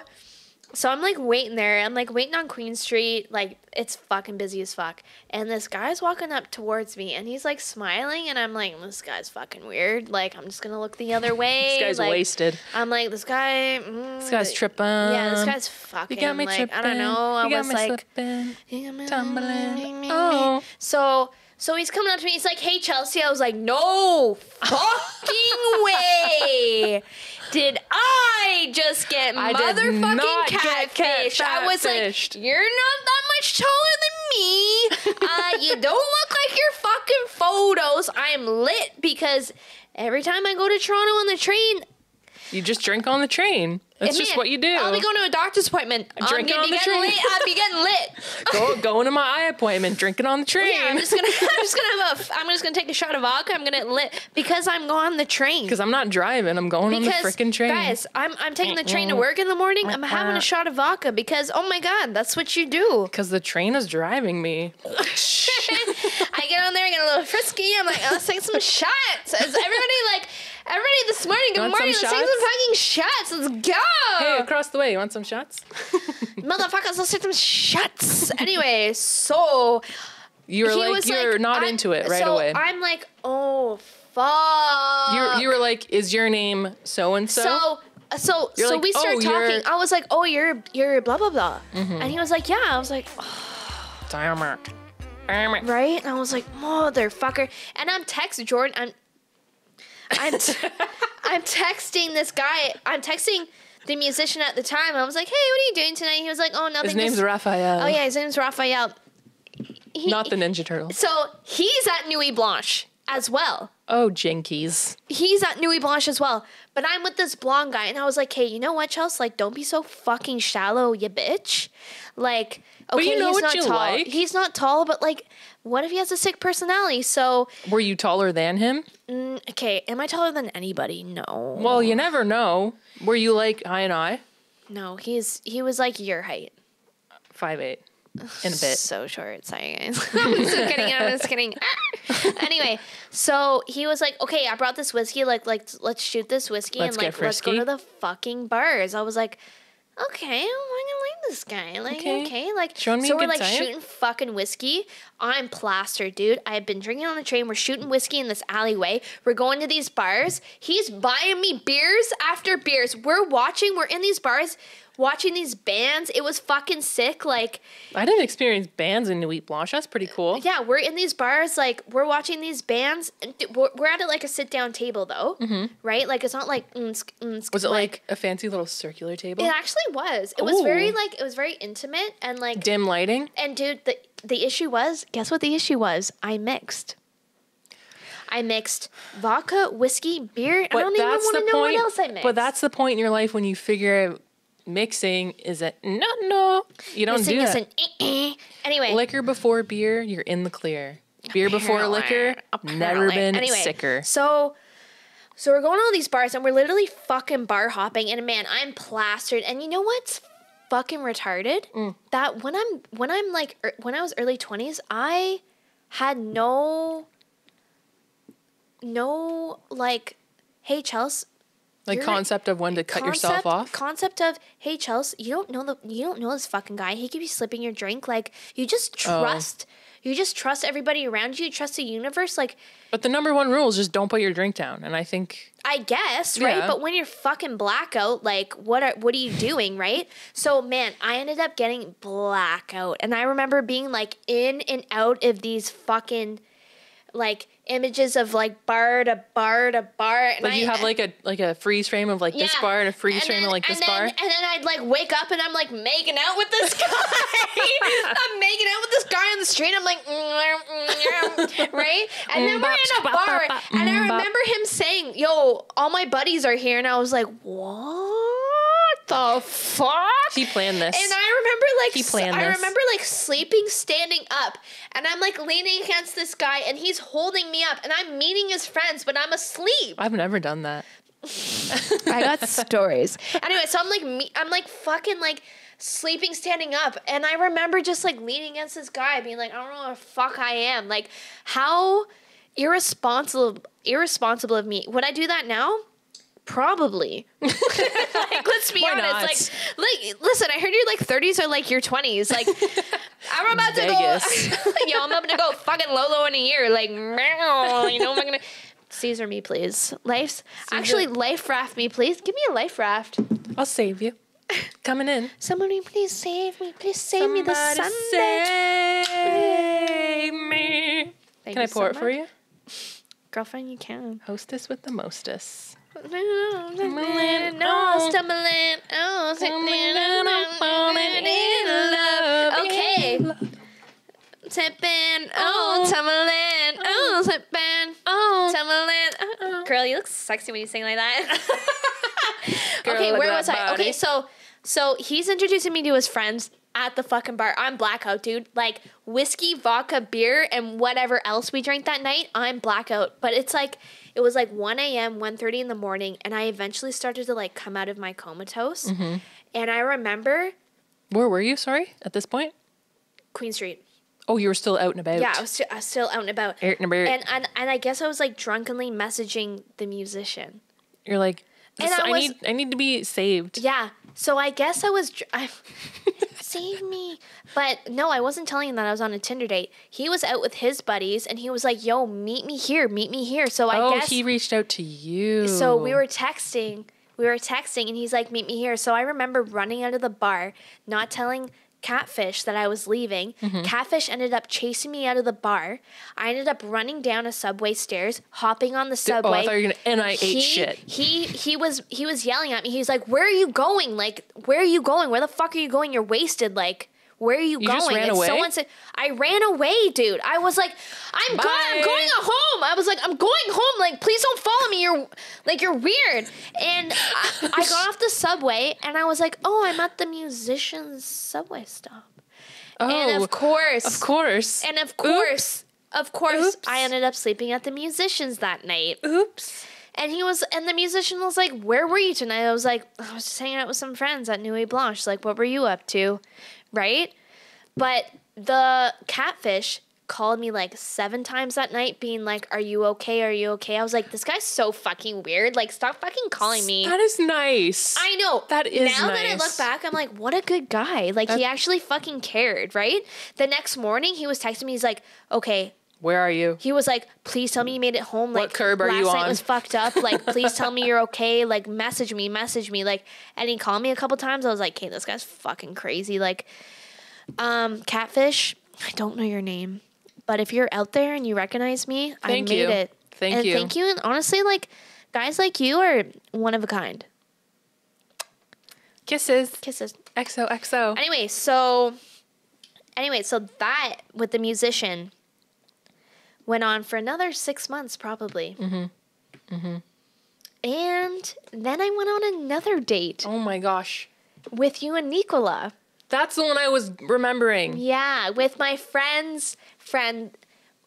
Speaker 1: So I'm like waiting there. I'm like waiting on Queen Street. Like it's fucking busy as fuck. And this guy's walking up towards me and he's like smiling. And I'm like, this guy's fucking weird. Like I'm just going to look the other way.
Speaker 2: This guy's
Speaker 1: like,
Speaker 2: wasted.
Speaker 1: I'm like, this guy. Mm,
Speaker 2: This guy's tripping.
Speaker 1: Yeah, this guy's fucking.
Speaker 2: You got me
Speaker 1: like,
Speaker 2: tripping.
Speaker 1: I don't know. I
Speaker 2: you got
Speaker 1: was
Speaker 2: me
Speaker 1: like,
Speaker 2: slipping, tumbling.
Speaker 1: Oh.
Speaker 2: Oh,
Speaker 1: So so he's coming up to me. He's like, "Hey, Chelsea." I was like, "No fucking way! Did I just get
Speaker 2: I did
Speaker 1: motherfucking
Speaker 2: not get
Speaker 1: catfish?" I was
Speaker 2: catfished.
Speaker 1: like, "You're not that much taller than me. uh, you don't look like your fucking photos. I'm lit because every time I go to Toronto on the train."
Speaker 2: you just drink on the train. That's
Speaker 1: and
Speaker 2: just
Speaker 1: man,
Speaker 2: what you do.
Speaker 1: I'll be going to a doctor's appointment. I'm
Speaker 2: Drinking
Speaker 1: gonna
Speaker 2: on
Speaker 1: be
Speaker 2: the
Speaker 1: getting
Speaker 2: train.
Speaker 1: lit. I'll be getting lit.
Speaker 2: Go, going to my eye appointment, drinking on the train.
Speaker 1: Yeah, I'm just gonna, I'm just gonna have a, f- I'm just gonna take a shot of vodka. I'm gonna lit because I'm on the train.
Speaker 2: Because I'm not driving. I'm going on the freaking train.
Speaker 1: guys, I'm, I'm taking the train to work in the morning. I'm having a shot of vodka because oh my god, that's what you do.
Speaker 2: Because the train is driving me.
Speaker 1: I get on there, I get a little frisky. I'm like, let's take some shots. Is everybody like, everybody this morning? Good
Speaker 2: Want
Speaker 1: morning. Let's
Speaker 2: some
Speaker 1: take some fucking shots. Let's
Speaker 2: Hey,
Speaker 1: go,
Speaker 2: across the way, you want some shots?
Speaker 1: motherfuckers. Let's take some shots. anyway, so
Speaker 2: You were
Speaker 1: he
Speaker 2: like,
Speaker 1: was
Speaker 2: you're
Speaker 1: like,
Speaker 2: not
Speaker 1: I'm-
Speaker 2: into it right
Speaker 1: so
Speaker 2: away.
Speaker 1: I'm like, oh fuck.
Speaker 2: you, you were like, is your name so and so?
Speaker 1: uh, so so
Speaker 2: You're
Speaker 1: so
Speaker 2: like,
Speaker 1: we
Speaker 2: "Oh,
Speaker 1: started
Speaker 2: you're- Mm-hmm.
Speaker 1: talking. I was like, "Oh, you're you're blah blah blah," and he was like, "Yeah." I was like, oh,
Speaker 2: Dimer. Dimer.
Speaker 1: "Right," and I was like, "Motherfucker!" And I'm text Jordan. I'm I'm t- I'm texting this guy. I'm texting the musician at the time. I was like, "Hey, what are you doing tonight?" He was like, "Oh, nothing."
Speaker 2: His name's
Speaker 1: just-
Speaker 2: Raphael.
Speaker 1: Oh yeah, his name's Raphael. He,
Speaker 2: Not the Ninja Turtle.
Speaker 1: So he's at Nuit Blanche as well.
Speaker 2: Oh, jinkies.
Speaker 1: he's at Nui Blanche as well. But I'm with this blonde guy, and I was like, hey, you know what, Chelsea? Like, don't be so fucking shallow, you bitch. Like, okay,
Speaker 2: you know
Speaker 1: he's
Speaker 2: what
Speaker 1: not
Speaker 2: you
Speaker 1: tall.
Speaker 2: like.
Speaker 1: He's not tall, but like, what if he has a sick personality? So,
Speaker 2: Were you taller than him?
Speaker 1: mm, okay, am I taller than anybody? No.
Speaker 2: Well, you never know. Were you like I and I?
Speaker 1: No, he's he was like your height.
Speaker 2: Five eight. In a bit.
Speaker 1: So short. Sorry, guys. I'm just kidding. I'm just kidding. Ah! anyway, so he was like, "Okay, I brought this whiskey. Like, like let's shoot this whiskey
Speaker 2: Let's
Speaker 1: and
Speaker 2: get
Speaker 1: like let's go
Speaker 2: frisky.
Speaker 1: to the fucking bars." I was like, "Okay, I'm gonna like this guy. Like, okay,
Speaker 2: Okay.
Speaker 1: like."
Speaker 2: Showing me
Speaker 1: so
Speaker 2: a
Speaker 1: we're
Speaker 2: good
Speaker 1: like
Speaker 2: time.
Speaker 1: shooting fucking whiskey. I'm plastered, dude. I've been drinking on the train. We're shooting whiskey in this alleyway. We're going to these bars. He's buying me beers after beers. We're watching. We're in these bars. Watching these bands, it was fucking sick. Like,
Speaker 2: I didn't experience bands in Nuit Blanche. That's pretty cool.
Speaker 1: yeah, we're in these bars, like we're watching these bands. and d- We're we're at it like a sit down table though, right? Like it's not like mm, sk- mm, sk-
Speaker 2: Mm-hmm. Was it like a fancy little circular table?
Speaker 1: it actually was. It was very
Speaker 2: Ooh.
Speaker 1: like it was very intimate and like
Speaker 2: Dim lighting?
Speaker 1: and dude, the the issue was guess what the issue was? I mixed. I mixed vodka, whiskey, beer. I don't even want to know what else I mixed.
Speaker 2: But that's the point in your life when you figure out mixing is that no no. You don't
Speaker 1: Mixing
Speaker 2: do
Speaker 1: is
Speaker 2: that.
Speaker 1: an eh, eh. Anyway,
Speaker 2: liquor before beer, you're in the clear. Beer before liquor,
Speaker 1: Apparently.
Speaker 2: never been
Speaker 1: Anyway,
Speaker 2: sicker.
Speaker 1: So so we're going to all these bars and we're literally fucking bar hopping and man, I'm plastered. And you know what's fucking retarded?
Speaker 2: Mm.
Speaker 1: That when I'm when I'm like er, when I was early 20s, I had no no like hey Chelsea
Speaker 2: Like
Speaker 1: you're-
Speaker 2: concept of when to cut yourself off.
Speaker 1: Concept of hey Chelsea, you don't know the you don't know this fucking guy. He could be slipping your drink. Like you just
Speaker 2: Oh.
Speaker 1: trust. You just trust everybody around you. You Trust the universe. Like
Speaker 2: but the number one rule is just don't put your drink down. And I think
Speaker 1: I guess, right?
Speaker 2: Yeah.
Speaker 1: But when you're fucking blackout, like what are what are you doing, right? So man, I ended up getting blackout. And I remember being like in and out of these fucking like images of like bar to bar to bar. And
Speaker 2: like you
Speaker 1: I-
Speaker 2: have like a like a freeze frame of like this
Speaker 1: yeah.
Speaker 2: bar and a freeze frame
Speaker 1: then-
Speaker 2: of like this
Speaker 1: and
Speaker 2: bar.
Speaker 1: Then, and then I'd like wake up and I'm like making out with this guy. I'm making out with this guy on the street. I'm like, right? And then we're in a bar. And I remember him saying, yo, all my buddies are here. And I was like, what the fuck?
Speaker 2: he planned this.
Speaker 1: And I remember like
Speaker 2: He
Speaker 1: s-
Speaker 2: planned
Speaker 1: I
Speaker 2: this.
Speaker 1: remember like sleeping standing up and I'm like leaning against this guy and he's holding me up and I'm meeting his friends but I'm asleep.
Speaker 2: I've never done that.
Speaker 1: I got stories. Anyway, so I'm like me- I'm like fucking like sleeping standing up and I remember just like leaning against this guy being like I don't know where the fuck I am. Like how irresponsible irresponsible of me. Would I do that now? Probably. like let's let's be
Speaker 2: Why
Speaker 1: honest. Like, like, listen, I heard you're like 30s or like your 20s. Like, I'm about to go.
Speaker 2: Vegas.
Speaker 1: yo, I'm about to go fucking Lolo in a year. Like, meow, you know, I'm gonna. Caesar me, please. Life's actually life raft me, please. Give me a life raft.
Speaker 2: I'll save you. Coming in.
Speaker 1: Somebody, please save me. Please save me this Sunday.
Speaker 2: Save me.
Speaker 1: Thank
Speaker 2: Can I
Speaker 1: you so
Speaker 2: pour it for
Speaker 1: much.
Speaker 2: you?
Speaker 1: girlfriend? You can.
Speaker 2: Hostess with the mostess.
Speaker 1: Stumbling, oh, stumbling, oh,
Speaker 2: Coming down, I'm falling in
Speaker 1: stumbling in love.
Speaker 2: love.
Speaker 1: Okay. Tipping, oh, tumbling, oh, slipping, oh, tumbling.
Speaker 2: Uh-uh.
Speaker 1: Oh. Girl, you look sexy when you sing like that.
Speaker 2: Girl,
Speaker 1: okay,
Speaker 2: look
Speaker 1: where
Speaker 2: at
Speaker 1: was
Speaker 2: that
Speaker 1: I? Okay,
Speaker 2: body.
Speaker 1: so so he's introducing me to his friends at the fucking bar. I'm blackout, dude. Like whiskey, vodka, beer, and whatever else we drank that night, I'm blackout. But it's like it was like 1 a.m., 1.30 in the morning, and I eventually started to like come out of my comatose.
Speaker 2: Mm-hmm.
Speaker 1: And I remember
Speaker 2: Where were you, sorry, at this point?
Speaker 1: Queen Street.
Speaker 2: Oh, you were still out Er, and about.
Speaker 1: Yeah, I was, sti- I was still out and about.
Speaker 2: Out and about.
Speaker 1: And, and and I guess I was like drunkenly messaging the musician.
Speaker 2: You're like,
Speaker 1: And
Speaker 2: "This-
Speaker 1: I
Speaker 2: I,
Speaker 1: was-
Speaker 2: need I need to be saved.
Speaker 1: Yeah. So I guess I was. dr- I, save me. But no, I wasn't telling him that I was on a Tinder date. He was out with his buddies and he was like, yo, meet me here, meet me here. So I
Speaker 2: oh,
Speaker 1: guess.
Speaker 2: he reached out to you.
Speaker 1: So we were texting. We were texting, and he's like, "Meet me here." So I remember running out of the bar, not telling Catfish that I was leaving.
Speaker 2: Mm-hmm.
Speaker 1: Catfish ended up chasing me out of the bar. I ended up running down a subway stairs, hopping on the
Speaker 2: Oh,
Speaker 1: subway.
Speaker 2: I thought you were gonna and I
Speaker 1: he,
Speaker 2: ate shit.
Speaker 1: He he was he was yelling at me. He's like, "Where are you going? Like, where are you going? Where the fuck are you going? You're wasted. Like." Where are you,
Speaker 2: You
Speaker 1: going?
Speaker 2: just ran
Speaker 1: And
Speaker 2: away?
Speaker 1: someone said I ran away, dude. I was like, I'm going I'm
Speaker 2: Bye.
Speaker 1: going home. I was like, I'm going home. Like, please don't follow me. You're like you're weird. And I, I got off the subway and I was like, oh, I'm at the musician's subway stop.
Speaker 2: Oh,
Speaker 1: and of course,
Speaker 2: of course.
Speaker 1: and of course, of course,
Speaker 2: Oops.
Speaker 1: I ended up sleeping at the musician's that night.
Speaker 2: Oops.
Speaker 1: And he was, and the musician was like, "Where were you tonight?" I was like, "I was just hanging out with some friends at Nuit Blanche." Like, what were you up to, right? But the catfish called me like seven times that night, being like, "Are you okay? Are you okay?" I was like, "This guy's so fucking weird. Like, stop fucking calling me."
Speaker 2: That is nice.
Speaker 1: I know.
Speaker 2: That is
Speaker 1: Now that I look
Speaker 2: nice.
Speaker 1: back, I'm like, what a good guy. Like he actually fucking cared, right? The next morning, he was texting me. He's like, okay,
Speaker 2: Where are you?
Speaker 1: he was like, "Please tell me you made it home. Like,
Speaker 2: curb are
Speaker 1: last
Speaker 2: you
Speaker 1: night
Speaker 2: on?"
Speaker 1: was fucked up. Like, please tell me you're okay. Like, message me, message me. Like, and he called me a couple times. I was like, "Okay, this guy's fucking crazy." Like, um, catfish. I don't know your name, but if you're out there and you recognize me,
Speaker 2: Thank
Speaker 1: I made
Speaker 2: you.
Speaker 1: it.
Speaker 2: Thank
Speaker 1: and
Speaker 2: you.
Speaker 1: Thank you. And honestly, like, guys like you are one of a kind.
Speaker 2: Kisses.
Speaker 1: Kisses.
Speaker 2: XOXO.
Speaker 1: Anyway, so anyway, so that with the musician went on for another six months probably. Mm-hmm. Mm-hmm. And then I went on another date
Speaker 2: Oh my gosh.
Speaker 1: with you and Nicola.
Speaker 2: That's the one I was remembering.
Speaker 1: Yeah, with my friend's friend.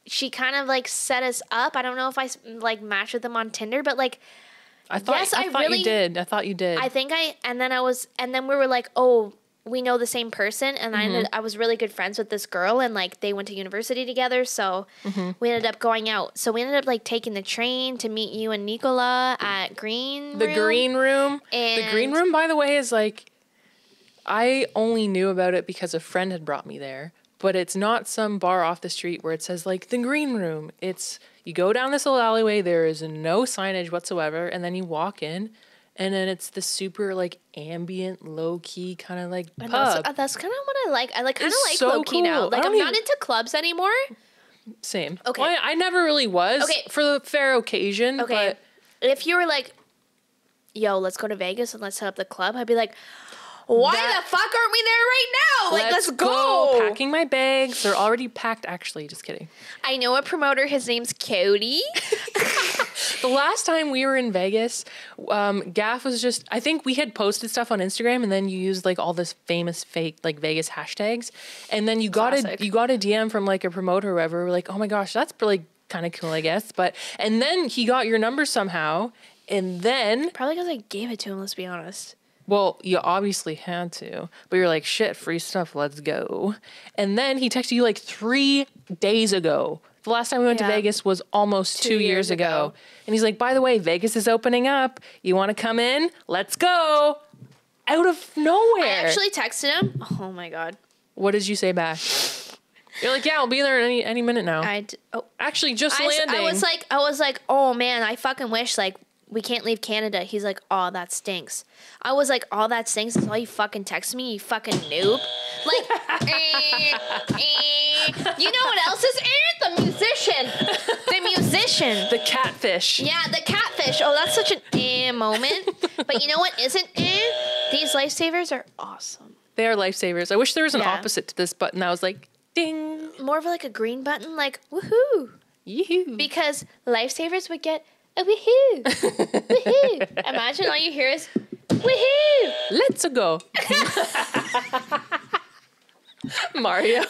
Speaker 1: She kind of like set us up. I don't know if I s- like matched with them on Tinder, but like
Speaker 2: I thought
Speaker 1: Yes,
Speaker 2: I,
Speaker 1: I
Speaker 2: thought
Speaker 1: really-
Speaker 2: you did. I thought you did.
Speaker 1: I think I and then I was and then we were like, oh, we know the same person, and I
Speaker 2: Mm-hmm.
Speaker 1: ended, I was really good friends with this girl, and like they went to university together, so
Speaker 2: Mm-hmm.
Speaker 1: we ended up going out. So we ended up like taking the train to meet you and Nicola at Green.
Speaker 2: the
Speaker 1: Room.
Speaker 2: green room. the green
Speaker 1: And-
Speaker 2: room, by the way, is like I only knew about it because a friend had brought me there. But it's not some bar off the street where it says like the green room. It's you go down this little alleyway, there is no signage whatsoever, and then you walk in, and then it's the super like ambient, low key kind of like
Speaker 1: And
Speaker 2: pub.
Speaker 1: that's, uh, that's kind of what I like. I like kind of
Speaker 2: It's
Speaker 1: like
Speaker 2: so
Speaker 1: low key now.
Speaker 2: cool. I
Speaker 1: Like I'm
Speaker 2: don't
Speaker 1: not
Speaker 2: even-
Speaker 1: into clubs anymore.
Speaker 2: Same.
Speaker 1: Okay.
Speaker 2: Well, I, I never really was.
Speaker 1: Okay.
Speaker 2: For the fair occasion.
Speaker 1: Okay, if you were like, yo, let's go to Vegas and let's set up the club, I'd be like, why
Speaker 2: That-
Speaker 1: the fuck aren't we there right now?
Speaker 2: But
Speaker 1: Like, let's, go.
Speaker 2: Packing my bags. They're already packed. Actually, just kidding.
Speaker 1: I know a promoter. His name's Cody.
Speaker 2: The last time we were in Vegas, um, Gaff was just, I think we had posted stuff on Instagram and then you used like all this famous fake like Vegas hashtags. And then you got
Speaker 1: Classic.
Speaker 2: a, you got a DM from like a promoter or whoever. We're like, oh my gosh, that's like kind of cool, I guess. But, and then he got your number somehow. And then,
Speaker 1: Probably because I gave it to him. Let's be honest.
Speaker 2: well, you obviously had to, but you're like, shit, free stuff, let's go. And then he texted you like three days ago. The last time we went
Speaker 1: Yeah.
Speaker 2: to Vegas was almost two, years,
Speaker 1: years
Speaker 2: ago.
Speaker 1: ago.
Speaker 2: And he's like, by the way, Vegas is opening up. You want to come in? Let's go. out of nowhere.
Speaker 1: I actually texted him. Oh my god.
Speaker 2: what did you say back? You're like, yeah, I'll be there any any minute now.
Speaker 1: I d- oh,
Speaker 2: actually, just
Speaker 1: I, s-
Speaker 2: landing.
Speaker 1: I was like, I was like, oh man, I fucking wish like we can't leave Canada. He's like, oh that stinks. I was like, oh that stinks. That's all you fucking text me, you fucking noob. Like, eh, eh. you know what else is eh? The musician, the musician.
Speaker 2: the catfish.
Speaker 1: Yeah, the catfish. Oh, that's such an eh moment. But you know what isn't eh? These lifesavers are awesome.
Speaker 2: They are lifesavers. I wish there was an
Speaker 1: Yeah.
Speaker 2: opposite to this button. I was like, ding,
Speaker 1: More of like a green button, like woohoo.
Speaker 2: yoo
Speaker 1: Because lifesavers would get a woohoo. Woohoo. Imagine all you hear is woohoo.
Speaker 2: Let's go. Mario.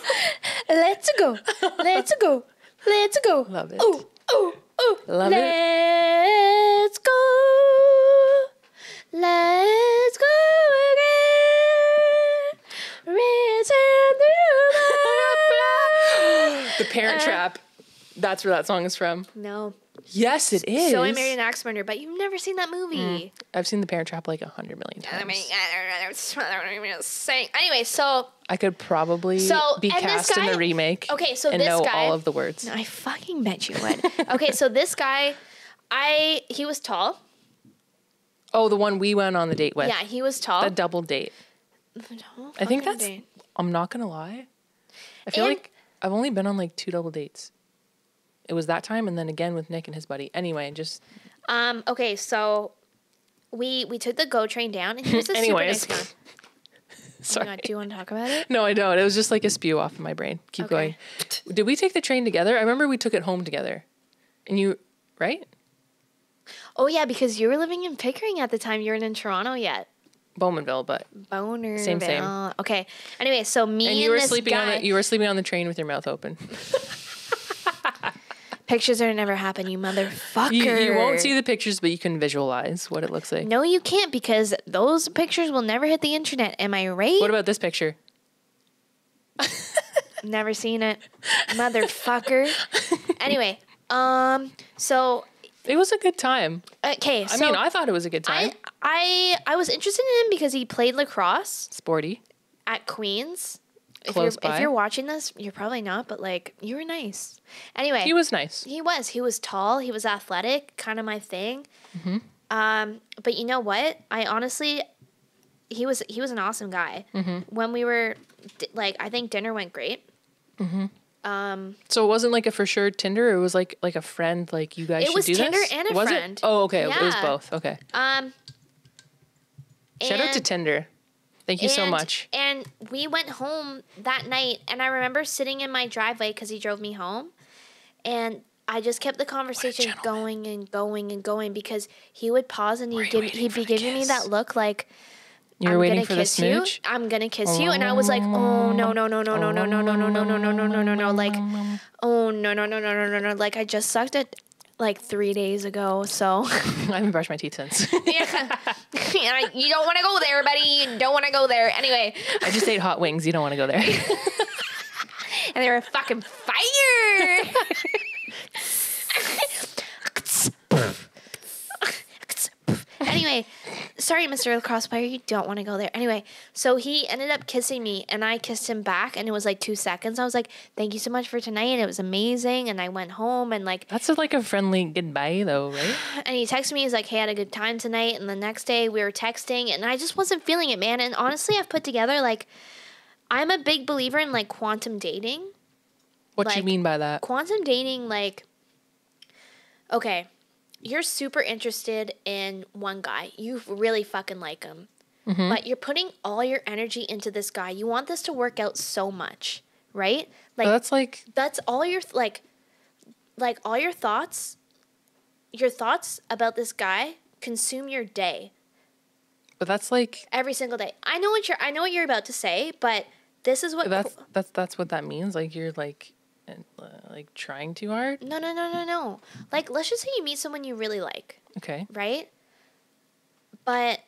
Speaker 1: Let's go. Let's go. Let's go.
Speaker 2: Love it.
Speaker 1: Ooh, ooh, ooh.
Speaker 2: Love it.
Speaker 1: Let's go. Let's go again. Raise and do
Speaker 2: the Parent
Speaker 1: Uh,
Speaker 2: Trap. That's where that song is from.
Speaker 1: No.
Speaker 2: Yes, it is. Mm.
Speaker 1: So I Married an Axe Murderer, but you've never seen that movie.
Speaker 2: I've seen The Parent Trap like a hundred million times.
Speaker 1: I mean, I don't, I don't even know saying. Anyway, so
Speaker 2: I could probably
Speaker 1: So,
Speaker 2: be
Speaker 1: and this
Speaker 2: cast in
Speaker 1: guy-
Speaker 2: the remake.
Speaker 1: okay, so
Speaker 2: and
Speaker 1: this
Speaker 2: know
Speaker 1: guy-
Speaker 2: all of the words.
Speaker 1: I fucking bet you would. okay, so this guy, I he was tall.
Speaker 2: Oh, the one we went on the date with.
Speaker 1: Yeah, he was tall.
Speaker 2: A double date.
Speaker 1: No
Speaker 2: I think
Speaker 1: fucking
Speaker 2: that's.
Speaker 1: date.
Speaker 2: I'm not gonna lie. I feel
Speaker 1: And-
Speaker 2: like I've only been on like two double dates. It was that time, and then again with Nick and his buddy. Anyway, just
Speaker 1: Um. Okay. So, we we took the go train down, and he was a
Speaker 2: Anyways.
Speaker 1: super nice guy. Oh my
Speaker 2: sorry.
Speaker 1: God, do you want to talk about it?
Speaker 2: No, I don't. It was just like a spew off of my brain. Keep
Speaker 1: Okay.
Speaker 2: going. Did we take the train together? I remember we took it home together. And you, right?
Speaker 1: Oh yeah, because you were living in Pickering at the time. You weren't in Toronto yet.
Speaker 2: Bowmanville, but
Speaker 1: Boner.
Speaker 2: Same, same.
Speaker 1: Bill. Okay. Anyway, so me and,
Speaker 2: and you were
Speaker 1: this
Speaker 2: sleeping
Speaker 1: guy.
Speaker 2: on the, you were sleeping on the train with your mouth open.
Speaker 1: Pictures are never happen, you motherfucker.
Speaker 2: You, you won't see the pictures, but you can visualize what it looks like.
Speaker 1: No, you can't because those pictures will never hit the internet. Am I right?
Speaker 2: What about this picture?
Speaker 1: Never seen it, motherfucker. anyway, um, so
Speaker 2: It was a good time.
Speaker 1: okay,
Speaker 2: I
Speaker 1: so
Speaker 2: mean, I thought it was a good time.
Speaker 1: I, I I was interested in him because he played lacrosse
Speaker 2: Sporty.
Speaker 1: at Queens. If
Speaker 2: Close
Speaker 1: you're,
Speaker 2: by.
Speaker 1: If you're watching this, you're probably not, but like you were nice. Anyway,
Speaker 2: He was nice.
Speaker 1: He was. He was tall. He was athletic. Kind of my thing.
Speaker 2: Mm-hmm.
Speaker 1: Um, but you know what? I honestly, he was he was an awesome guy.
Speaker 2: Mm-hmm.
Speaker 1: When we were di- like, I think dinner went great. Um,
Speaker 2: So it wasn't like a for sure Tinder. It was like like a friend. Like you guys
Speaker 1: It
Speaker 2: should
Speaker 1: was
Speaker 2: do
Speaker 1: Tinder
Speaker 2: this?
Speaker 1: and a
Speaker 2: was
Speaker 1: friend.
Speaker 2: It? Oh, okay. It was
Speaker 1: Yeah.
Speaker 2: both. Okay.
Speaker 1: um.
Speaker 2: Shout out to
Speaker 1: and-
Speaker 2: Tinder. Thank you so
Speaker 1: and-
Speaker 2: much.
Speaker 1: And we went home that night, and I remember sitting in my driveway because he drove me home, and I just kept the conversation
Speaker 2: gentleman.
Speaker 1: going and going and going because he would pause and he'd
Speaker 2: you
Speaker 1: give,
Speaker 2: waiting
Speaker 1: he'd
Speaker 2: for
Speaker 1: be
Speaker 2: the
Speaker 1: giving me
Speaker 2: kiss?
Speaker 1: that look like
Speaker 2: You were
Speaker 1: I'm
Speaker 2: waiting
Speaker 1: gonna
Speaker 2: for the
Speaker 1: kiss
Speaker 2: smooch.
Speaker 1: you. I'm gonna kiss you, and I was like, oh no no no no no no no no no no no no no no no no like, oh no no no no no no no like I just sucked it like three days ago, so
Speaker 2: I haven't brushed my teeth since.
Speaker 1: yeah, I- you don't want to go there, buddy. You don't want to go there. Anyway,
Speaker 2: I just ate hot wings. You don't want to go there.
Speaker 1: and they were fucking fire. anyway, sorry, Mr. Crossfire, you don't want to go there. Anyway, so he ended up kissing me, and I kissed him back, and it was like two seconds. I was like, "Thank you so much for tonight. It was amazing." And I went home, and like,
Speaker 2: That's a, like a friendly goodbye, though, right?
Speaker 1: and he texted me. He's like, "Hey, I had a good time tonight." And the next day, we were texting, and I just wasn't feeling it, man. And honestly, I've put together like, I'm a big believer in like quantum dating.
Speaker 2: What you
Speaker 1: Like-
Speaker 2: mean by that?
Speaker 1: quantum dating like okay you're super interested in one guy you really fucking like him but you're putting all your energy into this guy you want this to work out so much right like
Speaker 2: Oh,
Speaker 1: that's,
Speaker 2: that's like
Speaker 1: all your like like all your thoughts your thoughts about this guy consume your day
Speaker 2: but that's like
Speaker 1: every single day i know what you're i know what you're about to say but this is what
Speaker 2: that's that's that's what that means. Like you're like and, uh, like trying too hard.
Speaker 1: no no no no no like let's just say you meet someone you really like
Speaker 2: Okay.
Speaker 1: right? But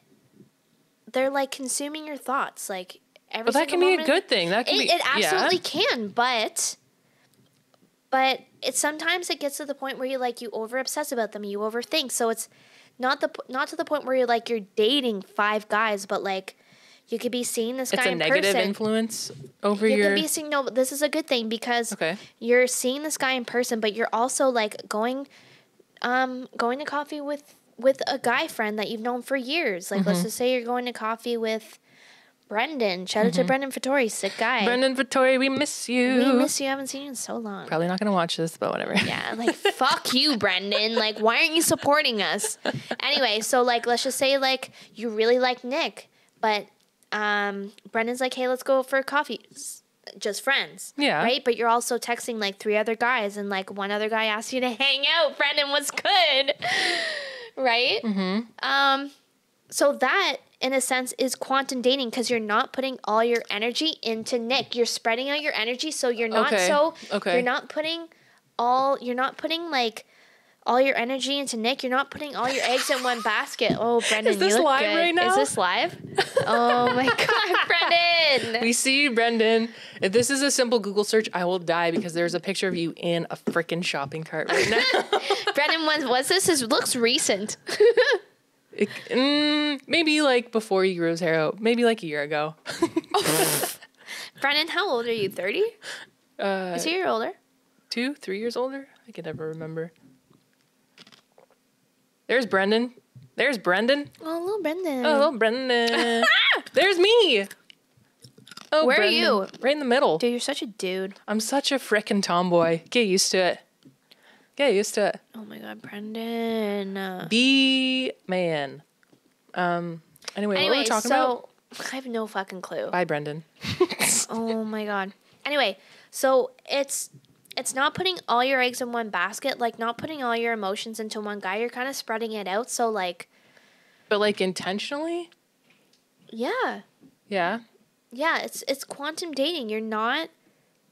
Speaker 1: they're like consuming your thoughts, like every.
Speaker 2: But that can
Speaker 1: single
Speaker 2: be a
Speaker 1: moment.
Speaker 2: good thing. That can
Speaker 1: It,
Speaker 2: be
Speaker 1: it absolutely can, but but it sometimes it gets to the point where you like you over obsess about them, you overthink. So it's not the p- not to the point where you're like you're dating five guys, but like you could be seeing this
Speaker 2: It's
Speaker 1: guy
Speaker 2: a
Speaker 1: in
Speaker 2: negative
Speaker 1: person.
Speaker 2: influence over
Speaker 1: you
Speaker 2: your.
Speaker 1: could be seeing no. but This is a good thing because
Speaker 2: Okay.
Speaker 1: you're seeing this guy in person, but you're also like going, um, going to coffee with with a guy friend that you've known for years. Like let's just say you're going to coffee with Brendan. Shout out to Brendan Fattori, sick guy.
Speaker 2: Brendan Vittori, we miss you.
Speaker 1: we miss you. Haven't seen you in so long.
Speaker 2: Probably not gonna watch this, but whatever.
Speaker 1: Yeah, like fuck you, Brendan. Like, why aren't you supporting us? Anyway, so like, let's just say like you really like Nick, but um, Brendan's like, hey, let's go for coffee, S- just friends.
Speaker 2: Yeah.
Speaker 1: Right, but you're also texting like three other guys, and like one other guy asked you to hang out. Brendan was good, right? Mm-hmm. Um, so that in a sense is quantum dating because you're not putting all your energy into Nick. You're spreading out your energy, so you're not
Speaker 2: Okay,
Speaker 1: so
Speaker 2: okay.
Speaker 1: you're not putting all you're not putting like all your energy into Nick. You're not putting all your eggs in one basket. Oh, Brendan,
Speaker 2: this
Speaker 1: you look
Speaker 2: live
Speaker 1: good.
Speaker 2: right now?
Speaker 1: Is this live? oh my god, Brendan!
Speaker 2: We see you, Brendan. If this is a simple Google search, I will die because there's a picture of you in a freaking shopping cart right now.
Speaker 1: Brendan, was was this? This looks recent.
Speaker 2: It- mm, maybe like before you grew his hair out, maybe like a year ago.
Speaker 1: Brendan, how old are you? Thirty?
Speaker 2: Uh,
Speaker 1: Is he year older?
Speaker 2: two, three years older? I can never remember. There's Brendan. There's Brendan. Ah!
Speaker 1: Oh, little Brendan.
Speaker 2: Oh, Brendan. There's me. Oh,
Speaker 1: Where are you?
Speaker 2: Right in the middle.
Speaker 1: dude, you're such a dude.
Speaker 2: I'm such a frickin' tomboy. Get used to it. Get used to it.
Speaker 1: Oh my god, Brendan. Uh,
Speaker 2: Be man. Um. Anyway, what were
Speaker 1: anyway,
Speaker 2: we talking about?
Speaker 1: so I have no fucking clue.
Speaker 2: Bye, Brendan.
Speaker 1: Oh my god. Anyway, so it's it's not putting all your eggs in one basket, like not putting all your emotions into one guy. You're kind of spreading it out. So like,
Speaker 2: but like intentionally,
Speaker 1: yeah.
Speaker 2: yeah.
Speaker 1: Yeah, it's it's quantum dating. You're not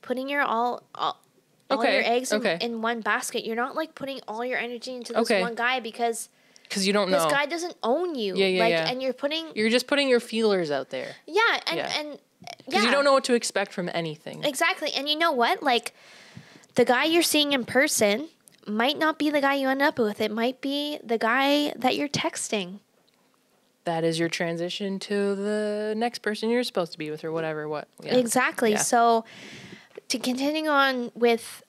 Speaker 1: putting your all all, all
Speaker 2: Okay,
Speaker 1: your eggs
Speaker 2: okay.
Speaker 1: in, in one basket. You're not like putting all your energy into this
Speaker 2: Okay.
Speaker 1: one guy because
Speaker 2: Because you don't
Speaker 1: this
Speaker 2: know.
Speaker 1: guy doesn't own you.
Speaker 2: Yeah, yeah,
Speaker 1: like
Speaker 2: yeah.
Speaker 1: and you're putting
Speaker 2: You're just putting your feelers out there
Speaker 1: yeah, and
Speaker 2: Yeah.
Speaker 1: and yeah.
Speaker 2: because you don't know what to expect from anything.
Speaker 1: Exactly. And you know what? Like the guy you're seeing in person might not be the guy you end up with. It might be the guy that you're texting.
Speaker 2: that is your transition to the next person you're supposed to be with, or whatever. What? Yeah.
Speaker 1: Exactly.
Speaker 2: Yeah.
Speaker 1: So to continue on with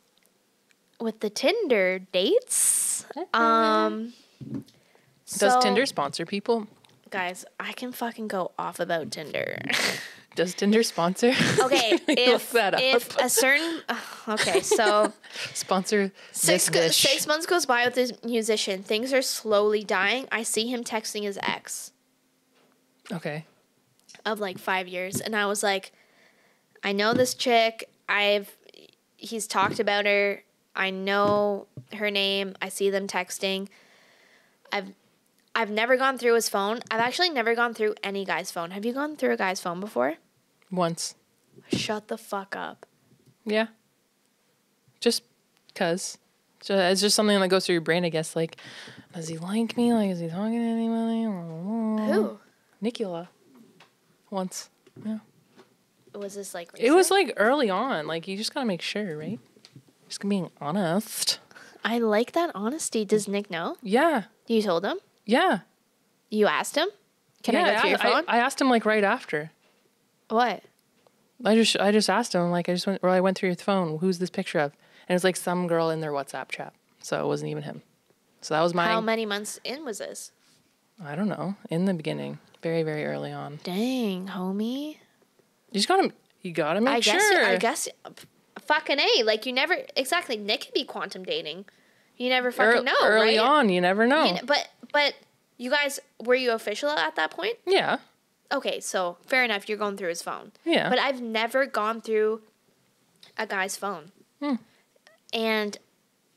Speaker 1: with the Tinder dates. Um
Speaker 2: Does
Speaker 1: so-
Speaker 2: Uh-huh. Tinder sponsor people?
Speaker 1: guys, I can fucking go off about Tinder.
Speaker 2: Does Tinder sponsor?
Speaker 1: okay,
Speaker 2: Look
Speaker 1: if
Speaker 2: that up.
Speaker 1: if a certain okay, so
Speaker 2: sponsor
Speaker 1: Six,
Speaker 2: this
Speaker 1: go-
Speaker 2: dish.
Speaker 1: six months goes by with this musician. Things are slowly dying. I see him texting his ex
Speaker 2: Okay.
Speaker 1: of like five years, and I was like, I know this chick. I've he's talked about her. I know her name. I see them texting. I've I've never gone through his phone. I've actually never gone through any guy's phone. Have you gone through a guy's phone before?
Speaker 2: Once.
Speaker 1: Shut the fuck up.
Speaker 2: Yeah. Just cause. So it's just something that goes through your brain, I guess. Like, does he like me? Like, is he talking to anybody?
Speaker 1: Who?
Speaker 2: Nicola. Once. Yeah.
Speaker 1: Was this like
Speaker 2: It was like early on. Like, you just gotta make sure, right? Just being honest.
Speaker 1: I like that honesty. Does Nick know?
Speaker 2: Yeah.
Speaker 1: You told him?
Speaker 2: Yeah.
Speaker 1: You asked him? Can I
Speaker 2: Yeah,
Speaker 1: go through your
Speaker 2: I,
Speaker 1: phone?
Speaker 2: I asked him like right after.
Speaker 1: what?
Speaker 2: I just I just asked him like I just went or I went through your phone. Who's this picture of? And it was like some girl in their WhatsApp chat. So it wasn't even him. So that was my
Speaker 1: How many months in was this?
Speaker 2: I don't know. In the beginning, very very early on,
Speaker 1: Dang, homie.
Speaker 2: you just got to you got to make
Speaker 1: I
Speaker 2: sure.
Speaker 1: guess. I guess. f- Fucking a. Like you never exactly. Nick could be quantum dating. You never
Speaker 2: Ear-
Speaker 1: fucking know.
Speaker 2: early
Speaker 1: right?
Speaker 2: on, you never know.
Speaker 1: You kn- but but you guys were you official at that point?
Speaker 2: yeah,
Speaker 1: Okay, so fair enough. You're going through his phone.
Speaker 2: Yeah.
Speaker 1: But I've never gone through a guy's phone.
Speaker 2: Hmm.
Speaker 1: And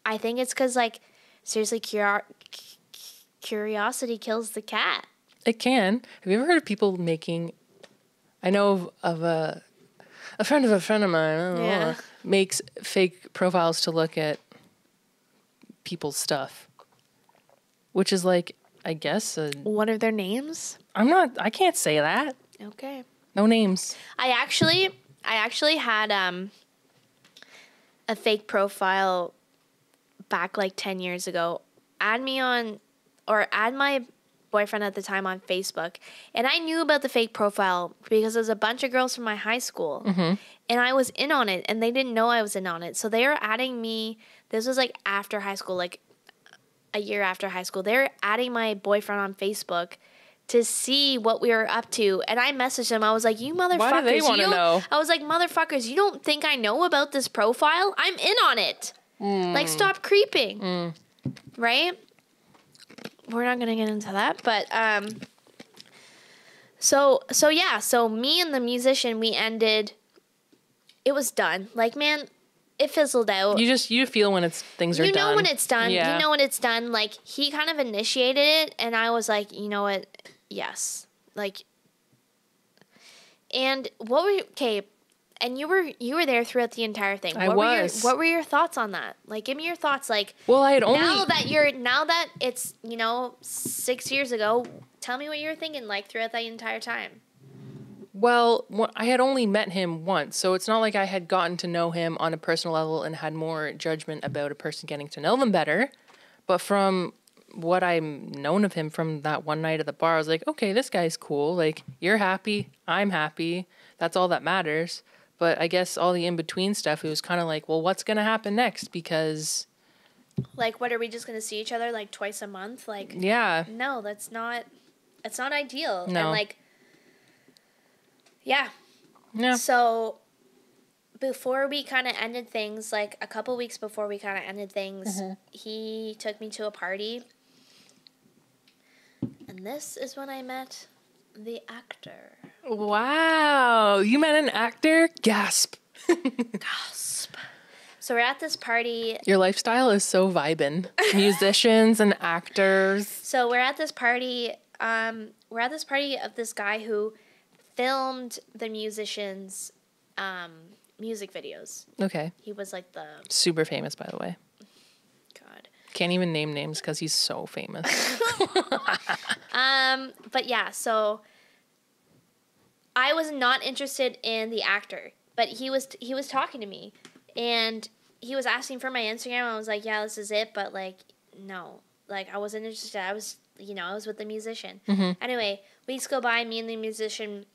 Speaker 1: I think it's because like seriously, curiosity curiosity kills the cat.
Speaker 2: it can. Have you ever heard of people making? I know of, of a a friend of a friend of mine I don't know,
Speaker 1: Yeah.
Speaker 2: makes fake profiles to look at people's stuff, which is like I guess i
Speaker 1: What are their names?
Speaker 2: I'm not. I can't say that.
Speaker 1: Okay.
Speaker 2: No names.
Speaker 1: I actually I actually had um a fake profile back like 10 years ago. Add me on or add my boyfriend at the time on Facebook, and I knew about the fake profile because there was a bunch of girls from my high school,
Speaker 2: Mm-hmm.
Speaker 1: and I was in on it, and they didn't know I was in on it, so they were adding me. This was like after high school, like a year after high school. They were adding my boyfriend on Facebook. To see what we were up to, and I messaged him. I was like, "You motherfuckers!
Speaker 2: Why do they wanna
Speaker 1: you don't-
Speaker 2: know?
Speaker 1: I was like, "Motherfuckers! You don't think I know about this profile? I'm in on it.
Speaker 2: Hmm.
Speaker 1: Like, stop creeping, right?" we're not gonna get into that, but um, so so yeah, so me and the musician, we ended. It was done. Like man, it fizzled out.
Speaker 2: You just you feel when it's things are
Speaker 1: You
Speaker 2: done.
Speaker 1: know when it's done.
Speaker 2: Yeah.
Speaker 1: You know when it's done. Like he kind of initiated it, and I was like, you know what? Yes, like. And what were you, okay? And you were you were there throughout the entire thing.
Speaker 2: I
Speaker 1: what
Speaker 2: was.
Speaker 1: Were your, what were your thoughts on that? Like, give me your thoughts. Like,
Speaker 2: well, I had only
Speaker 1: now that you're now that it's you know six years ago tell me what you were thinking like throughout that entire time
Speaker 2: Well, wh- I had only met him once, so it's not like I had gotten to know him on a personal level and had more judgment about a person getting to know them better. But from what I've known of him from that one night at the bar, I was like, okay, this guy's cool. Like, you're happy, I'm happy. That's all that matters. But I guess all the in between stuff, it was kind of like, well, what's going to happen next? Because,
Speaker 1: like what are we just gonna see each other like twice a month like
Speaker 2: yeah,
Speaker 1: no that's not it's not ideal and
Speaker 2: No.
Speaker 1: like yeah
Speaker 2: yeah.
Speaker 1: so before we kind of ended things like a couple weeks before we kind of ended things
Speaker 2: Mm-hmm.
Speaker 1: he took me to a party and this is when i met the actor
Speaker 2: Wow. You met an actor? Gasp.
Speaker 1: so we're at this party
Speaker 2: Your lifestyle is so vibin'. Musicians and actors.
Speaker 1: So we're at this party. Um, we're at this party of this guy who filmed the musicians' um, music videos.
Speaker 2: Okay.
Speaker 1: He was like the
Speaker 2: Super famous, by the way.
Speaker 1: god.
Speaker 2: Can't even name names because he's so famous.
Speaker 1: Um, but yeah, so I was not interested in the actor, but he was he was talking to me, and he was asking for my Instagram. I was like, yeah, this is it, but like, no, like I wasn't interested. I was, you know, I was with the musician. Anyway, weeks go by. Me and the musician.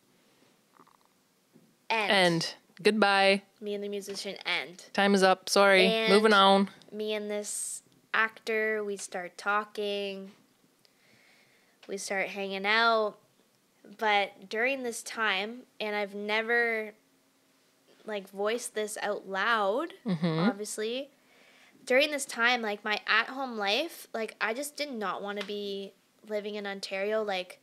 Speaker 1: End.
Speaker 2: and goodbye.
Speaker 1: Me and the musician end.
Speaker 2: Time is up. Sorry. Moving
Speaker 1: And-
Speaker 2: on.
Speaker 1: Me and this actor, we start talking. We start hanging out. But during this time, and I've never like voiced this out loud,
Speaker 2: Mm-hmm.
Speaker 1: obviously. During this time, like my at home life, like I just did not want to be living in Ontario. Like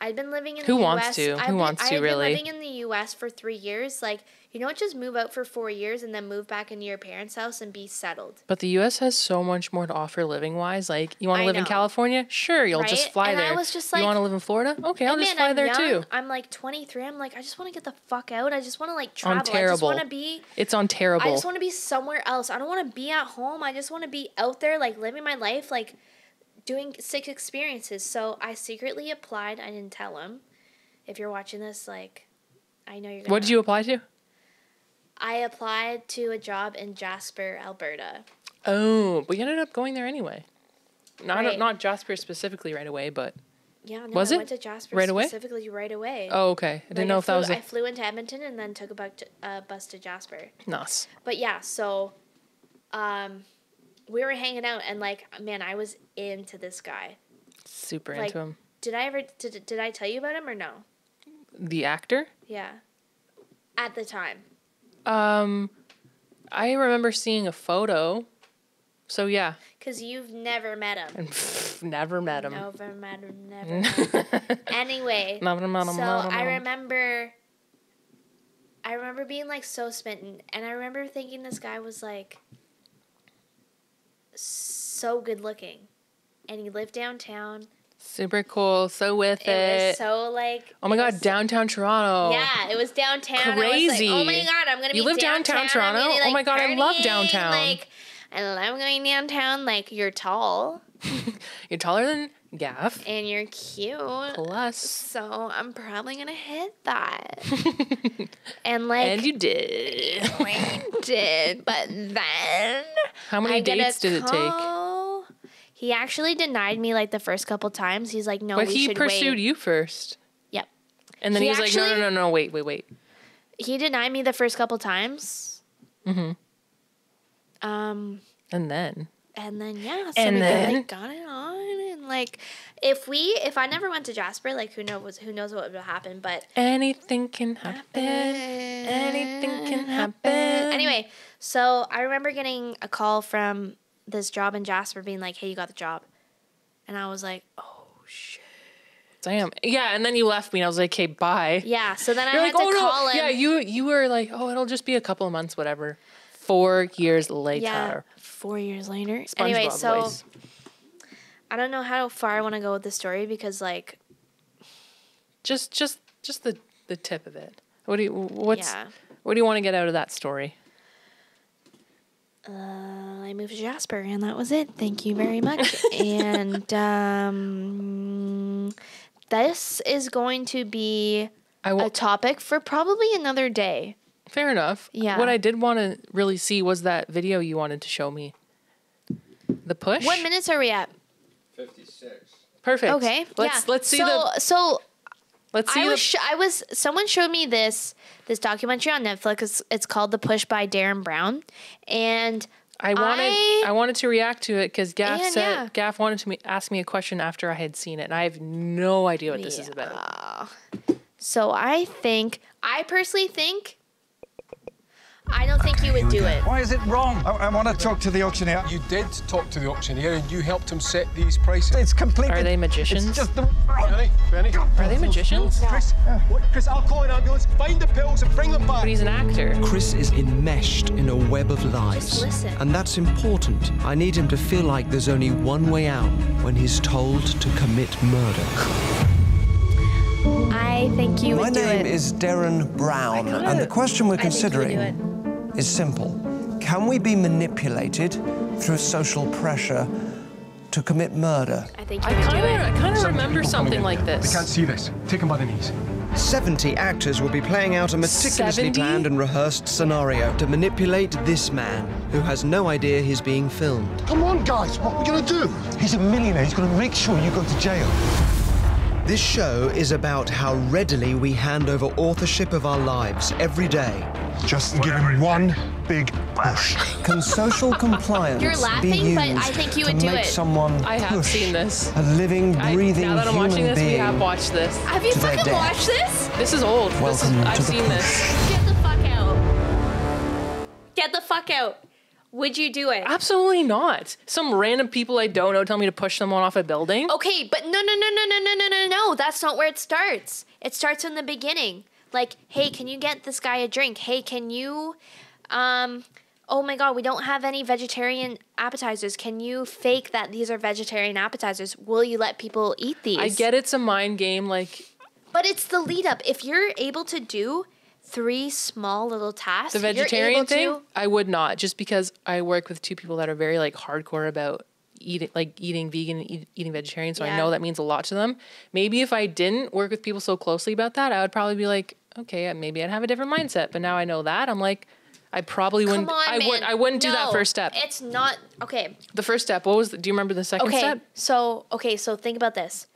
Speaker 1: I'd been living in
Speaker 2: Who
Speaker 1: the
Speaker 2: wants
Speaker 1: US.
Speaker 2: to? Who
Speaker 1: I've been-
Speaker 2: wants
Speaker 1: I
Speaker 2: to,
Speaker 1: had
Speaker 2: really?
Speaker 1: Been living in the US for three years. Like, you don't just move out for four years and then move back into your parents' house and be settled.
Speaker 2: But the US has so much more to offer living wise. Like, you want
Speaker 1: I
Speaker 2: to live in
Speaker 1: know.
Speaker 2: California? Sure, you'll just
Speaker 1: Right?
Speaker 2: fly
Speaker 1: And I
Speaker 2: there.
Speaker 1: was just
Speaker 2: you
Speaker 1: like-
Speaker 2: want to live in Florida? Okay, I'll
Speaker 1: And
Speaker 2: just
Speaker 1: man,
Speaker 2: fly there
Speaker 1: young.
Speaker 2: too.
Speaker 1: I'm like 23. I'm like, I just want to get the fuck out. I just want to like travel. I just
Speaker 2: terrible.
Speaker 1: want to be.
Speaker 2: It's on terrible.
Speaker 1: I just want to be somewhere else. I don't want to be at home. I just want to be out there, like living my life, like doing sick experiences. So I secretly applied. I didn't tell him. If you're watching this, like, I know you're. Gonna,
Speaker 2: what did you apply to?
Speaker 1: I applied to a job in Jasper, Alberta.
Speaker 2: Oh, but you ended up going there anyway. Not,
Speaker 1: Right.
Speaker 2: not Jasper specifically right away, but.
Speaker 1: Yeah, no,
Speaker 2: Was
Speaker 1: I
Speaker 2: it?
Speaker 1: went to Jasper
Speaker 2: Right away?
Speaker 1: specifically right away.
Speaker 2: Oh, okay. I didn't
Speaker 1: Like,
Speaker 2: know if
Speaker 1: flew,
Speaker 2: that was
Speaker 1: I
Speaker 2: a.
Speaker 1: flew into Edmonton and then took a bu- uh, bus to Jasper.
Speaker 2: Nice.
Speaker 1: But yeah, so um we were hanging out and like man, I was into this guy.
Speaker 2: Super
Speaker 1: Like-
Speaker 2: into him.
Speaker 1: Did I ever did, did I tell you about him or no?
Speaker 2: The actor?
Speaker 1: Yeah. At the time.
Speaker 2: Um, I remember seeing a photo. So yeah,
Speaker 1: Cuz you've never met him.
Speaker 2: and pff, never met him.
Speaker 1: Never met him, never. met him. anyway.
Speaker 2: Never met him,
Speaker 1: So
Speaker 2: never
Speaker 1: I
Speaker 2: met him.
Speaker 1: remember I remember being like so smitten and I remember thinking this guy was like so good looking. And he lived downtown.
Speaker 2: Super cool. So with it.
Speaker 1: It was so like
Speaker 2: Eh. oh my
Speaker 1: it
Speaker 2: god,
Speaker 1: was
Speaker 2: downtown Toronto.
Speaker 1: Yeah, it was downtown.
Speaker 2: Oh. Crazy.
Speaker 1: I was like, oh my god, I'm gonna be.
Speaker 2: You live downtown
Speaker 1: I'm gonna be,
Speaker 2: Toronto? Oh my God, I love
Speaker 1: partying,
Speaker 2: downtown.
Speaker 1: Like, I love going downtown. Like, you're tall
Speaker 2: You're taller than Gaff.
Speaker 1: and you're cute.
Speaker 2: Plus.
Speaker 1: So I'm probably gonna hit that. and like,
Speaker 2: and you did.
Speaker 1: I did, but then
Speaker 2: How many dates did it take?
Speaker 1: it take? He actually denied me like the first couple times. He's like, no,
Speaker 2: But
Speaker 1: we
Speaker 2: he
Speaker 1: should
Speaker 2: pursued
Speaker 1: wait.
Speaker 2: you first.
Speaker 1: Yep.
Speaker 2: And then
Speaker 1: He
Speaker 2: he, was like,
Speaker 1: actually-
Speaker 2: no, no, no, no, wait, wait, wait.
Speaker 1: He denied me the first couple times. Mm-hmm. Um,
Speaker 2: And then.
Speaker 1: and then yeah, so
Speaker 2: And
Speaker 1: we
Speaker 2: then-
Speaker 1: like got it on, and like if we if I never went to Jasper, like who knows who knows what would happen, but
Speaker 2: Anything can happen. Anything can happen.
Speaker 1: Anyway, so I remember getting a call from this job in Jasper being like, "Hey, you got the job," and I was like, "Oh shit."
Speaker 2: Damn. Yeah, and then you left me and I was like, okay, bye.
Speaker 1: Yeah. So then I
Speaker 2: You're
Speaker 1: had
Speaker 2: like,
Speaker 1: to
Speaker 2: oh
Speaker 1: call
Speaker 2: no.
Speaker 1: him.
Speaker 2: Yeah, you you were like, oh, it'll just be a couple of months, whatever. Four years later.
Speaker 1: Yeah, Four years later.
Speaker 2: SpongeBob
Speaker 1: anyway, so
Speaker 2: voice.
Speaker 1: I don't know how far I want to go with the story because like
Speaker 2: just just just the the tip of it. What do you what's
Speaker 1: yeah,
Speaker 2: what do you want to get out of that story?
Speaker 1: uh, I moved to Jasper and that was it. Thank you very much. and um, this is going to be
Speaker 2: I will,
Speaker 1: a topic for probably another day.
Speaker 2: fair enough.
Speaker 1: Yeah.
Speaker 2: What I did want to really see was that video you wanted to show me. The push.
Speaker 1: What minutes are we at?
Speaker 3: 56.
Speaker 2: Perfect.
Speaker 1: Okay.
Speaker 2: Let's
Speaker 1: yeah.
Speaker 2: let's see
Speaker 1: so,
Speaker 2: the
Speaker 1: So
Speaker 2: let's see
Speaker 1: I
Speaker 2: the
Speaker 1: was sh- I was someone showed me this this documentary on Netflix. It's, it's called The Push by Darren Brown, and
Speaker 2: I wanted
Speaker 1: I-
Speaker 2: I, wanted to react to it because Gaff
Speaker 1: And,
Speaker 2: said
Speaker 1: yeah.
Speaker 2: Gaff wanted to me, ask me a question after I had seen it, and I have no idea what this is about.
Speaker 1: so I think I personally think I don't think you would do it.
Speaker 4: Why is it wrong? I, I want to talk to the auctioneer.
Speaker 5: You did talk to the auctioneer and you helped him set these prices.
Speaker 4: It's completely.
Speaker 2: Are they magicians?
Speaker 4: It's just the.
Speaker 5: Benny, Benny.
Speaker 2: Are they magicians?
Speaker 5: Chris, what? Chris, I'll call an ambulance, find the pills and bring them back.
Speaker 2: But he's an actor.
Speaker 6: Chris is enmeshed in a web of lies.
Speaker 1: listen.
Speaker 6: And that's important. I need him to feel like there's only one way out when he's told to commit murder.
Speaker 1: I think you
Speaker 7: My
Speaker 1: would do
Speaker 7: name
Speaker 1: it.
Speaker 7: is Darren Brown, and the question we're
Speaker 1: I think you would do it.
Speaker 7: considering is simple Can we be manipulated through social pressure to commit murder?
Speaker 1: I think
Speaker 2: I
Speaker 1: you would do
Speaker 2: kind
Speaker 1: it.
Speaker 2: of I kind of
Speaker 5: Some
Speaker 2: remember
Speaker 5: people coming
Speaker 2: something
Speaker 5: in.
Speaker 2: like
Speaker 5: They can't
Speaker 2: this.
Speaker 5: see this. Take him by the knees.
Speaker 6: 70 actors will be playing out a meticulously
Speaker 2: 70?
Speaker 6: planned and rehearsed scenario to manipulate this man who has no idea he's being filmed.
Speaker 5: Come on, guys, what are we gonna do?
Speaker 8: He's a millionaire. He's going to make sure you go to jail.
Speaker 6: This show is about how readily we hand over authorship of our lives every day.
Speaker 8: Just give him one big push.
Speaker 7: Can social compliance
Speaker 1: You're
Speaker 7: be
Speaker 1: laughing,
Speaker 7: used
Speaker 1: but I think you
Speaker 7: to
Speaker 1: would do
Speaker 7: make
Speaker 1: it.
Speaker 7: someone
Speaker 2: I have
Speaker 7: push
Speaker 2: seen this.
Speaker 7: a living,
Speaker 2: I,
Speaker 7: breathing
Speaker 2: now that I'm
Speaker 7: human
Speaker 2: watching this, we
Speaker 7: being?
Speaker 2: have watched this.
Speaker 1: Have you
Speaker 7: to their
Speaker 1: fucking
Speaker 7: death.
Speaker 1: watched this?
Speaker 2: This is old. This is,
Speaker 7: Welcome to
Speaker 2: I've
Speaker 7: the
Speaker 2: seen this.
Speaker 1: Get the fuck out. Get the fuck out. Would you do it?
Speaker 2: Absolutely not. Some random people I don't know tell me to push someone off a building.
Speaker 1: Okay, but no, no, no, no, no, no, no, no, no. That's not where it starts. It starts in the beginning. Like, hey, can you get this guy a drink? Hey, can you, um, oh my God, we don't have any vegetarian appetizers. Can you fake that these are vegetarian appetizers? Will you let people eat these?
Speaker 2: I get it's a mind game. Like
Speaker 1: But it's the lead up. If you're able to do three small little tasks,
Speaker 2: the
Speaker 1: you're able
Speaker 2: vegetarian thing
Speaker 1: to-
Speaker 2: i would not just because i work with two people that are very like hardcore about eating like eating vegan and eat, eating vegetarian so
Speaker 1: Yeah.
Speaker 2: i know that means a lot to them maybe if i didn't work with people so closely about that i would probably be like okay uh, maybe i'd have a different mindset but now i know that i'm like i probably wouldn't
Speaker 1: Come on,
Speaker 2: i
Speaker 1: man.
Speaker 2: would i wouldn't do that
Speaker 1: No,
Speaker 2: first step
Speaker 1: It's not okay.
Speaker 2: the first step what was the, do you remember the second
Speaker 1: Okay.
Speaker 2: step
Speaker 1: So okay, so think about this.